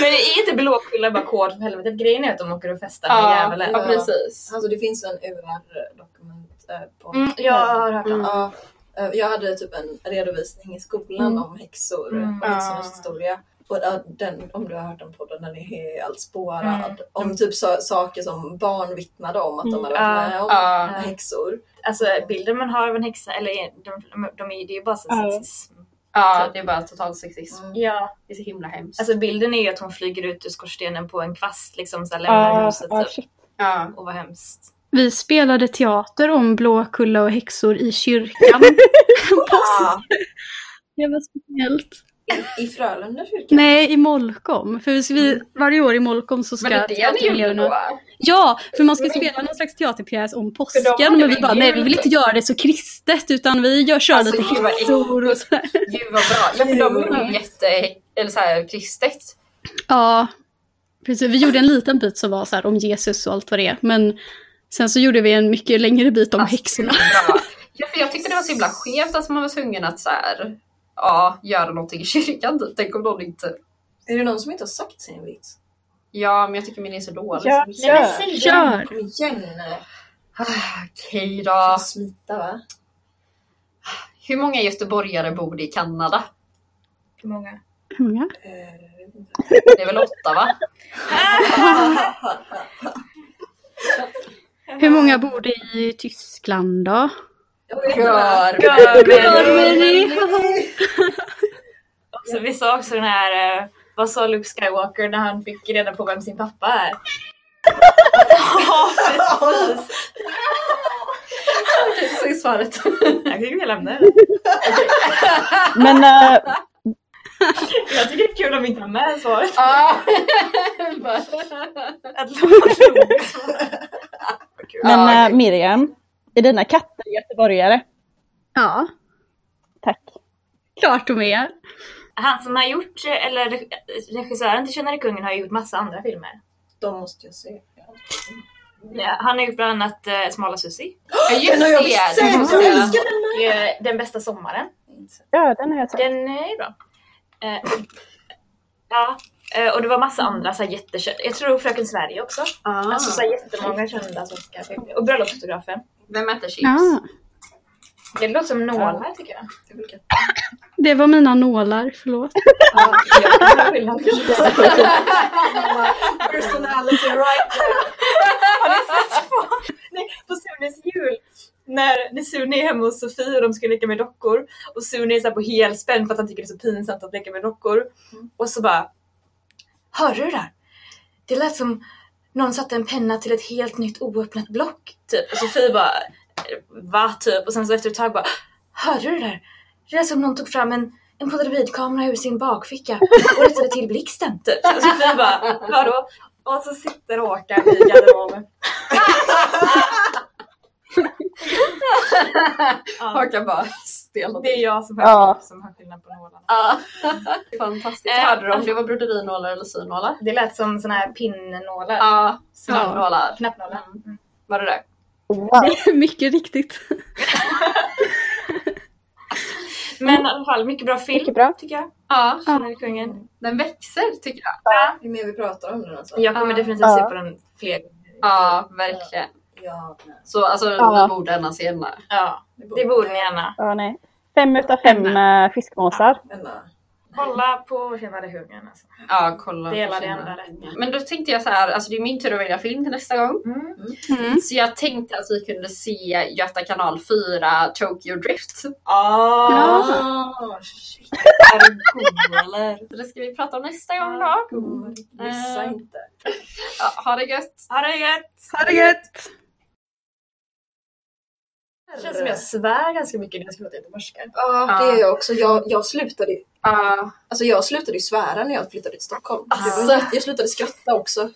Men är inte Blåkulla bara kod för helvetet? Grejen är att de åker och festar med
Ja,
djävulen.
ja, precis.
Alltså det finns en UR-dokument eh, på
Mm, jag har hört om
Ja, eh, jag hade typ en redovisning i skolan
Mm.
om häxor
Mm.
och häxornas
Ah.
historia. Och eh, den, om du har hört den podden, den är helt spårad.
Mm.
Om typ så, saker som barn vittnade om att de hade
Mm.
varit med om.
Ja.
med Häxor.
Alltså bilden man har av en häxa, eller de, de, de är, det är ju bara så
Ja.
sexism.
ja, det är bara total sexism.
Ja.
Det är så himla hemskt.
Alltså bilden är ju att hon flyger ut ur skorstenen på en kvast liksom så här, lämnar
Ja,
huset
ah,
typ.
shit.
ja.
Och vad hemskt.
Vi spelade teater om Blåkulla och häxor i kyrkan.
Ah,
Det var speciellt.
I Frölunda kyrka.
Nej, i Molkom. För vi, varje år i Molkom så ska
Men det är det ni gjorde
teatereleverna-
då?
Ja, för man ska spela någon slags teaterpjäs om
de hade
påsken. Men vi
väl
bara, nej vi vill
jul?
inte göra det så kristet utan vi gör, kör
Alltså,
lite
gud, vad
häxor och sådär.
Gud vad bra. Ja, för de är ju jätte, eller så här, kristet.
Ja, precis. Vi gjorde en liten bit som var så här om Jesus och allt vad det är. Men sen så gjorde vi en mycket längre bit om
Alltså,
häxorna.
Bra. Ja, för jag tyckte det var så himla skevt att man var tvungen att så här, ja, göra någonting i kyrkan. typ. Tänk om någon inte...
Är det någon som inte har sagt sin vits?
Ja, men jag tycker min är så dålig.
Ja,
Nej,
kör.
men säg det.
Kör!
Kom igen! eh,
Ah, Okej
får
då.
Smita va?
Hur många göteborgare bor i Kanada?
Hur många?
Hur många?
Eh,
Det är väl åtta va?
Hur många bor det i Tyskland då?
jag vet inte. va?
Gör.
Så Alltså, vi såg också den här, eh, vad sa Luke Skywalker när han fick reda på vem sin pappa är?
Så är svaret.
Jag tycker vi lämnar
Men eh,
Jag tycker det är kul om vi inte har med svaret.
Ja.
Att Luke
Men
Ja,
eh, Miriam, är dina katter göteborgare?
Ja,
Tack.
klart de är.
Han som har gjort, eh, eller regissören till Tjänare Kungen har ju gjort massa andra filmer.
De måste jag se.
Ja, Han har gjort bland annat eh, Smala Susie
Ja, just det.
jag visst
det
sett.
måste
Jag
jag.
älskar
och eh, Den bästa sommaren.
Ja, den har jag sett.
Den eh, är bra. Eh, Ja, eh, och det var massa andra så här jättekända. Jag tror Fröken Sverige också. Alltså så här jättemånga kända svenska filmer. Och Bröllopsfotografen.
Vem äter chips?
Ja,
Det låter som nålar tycker jag.
det var mina nålar, förlåt.
Personality right
Nej, på Sunes jul. När, när Sune är hemma hos Sofie och de ska leka med dockor och Sune är så här på helspänn för att han tycker det är så pinsamt att leka med dockor. Och så bara Hörde du det där? Det lät som någon satte en penna till ett helt nytt oöppnat block. Typ. Och Sofie bara va typ och sen så efter ett tag bara hörde du det där? Det där som någon tog fram en en polaroidkamera ur sin bakficka och rättade till blixten typ. Så vi bara vadå? Och så sitter Håkan i garderoben. ja,
Hakan bara stelnade.
det är jag som
Ja.
hör, som hör skillnad på nålarna.
Ja. Fantastiskt.
Eh,
Hörde du om det var broderinålar eller synålar?
Det lät som såna här pinnålar.
Ja,
Snabbt.
synålar.
Knappnålar.
Var det det?
Wow.
Mycket riktigt.
Men i alla fall, mycket bra film
Mycket bra.
tycker jag.
Ja.
Skönare kungen.
Den växer tycker jag.
Ju mer vi pratar om den alltså.
Jag kommer
Ja.
definitivt se
Ja.
på den fler
Ja, verkligen.
Ja,
Så alltså,
Ja.
ni borde ena senare.
Ja, det borde ni gärna.
Ja, nej. Fem utav fem eh, fiskmåsar.
Denna.
Kolla på Tjenare hungern alltså.
Ja, kolla.
Dela det
på sina-
enda rätt.
Men då tänkte jag så här, alltså det är min tur att välja film till nästa gång.
Mm.
Så jag tänkte att vi kunde se Göta kanal 4, Tokyo Drift.
Ah, shit.
Är du god eller?
Så det ska vi prata om nästa gång då.
Missa
Eh.
inte.
Ja, ha det gött!
Ha det gött!
Ha det gött!
Det känns som jag svär ganska mycket när jag ska prata göteborgska.
Ja, det är jag också. Jag, jag slutade ju-
Ja.
Alltså jag slutade ju svära när jag flyttade till Stockholm. Det var
Alltså.
jätte- Jag slutade skratta också.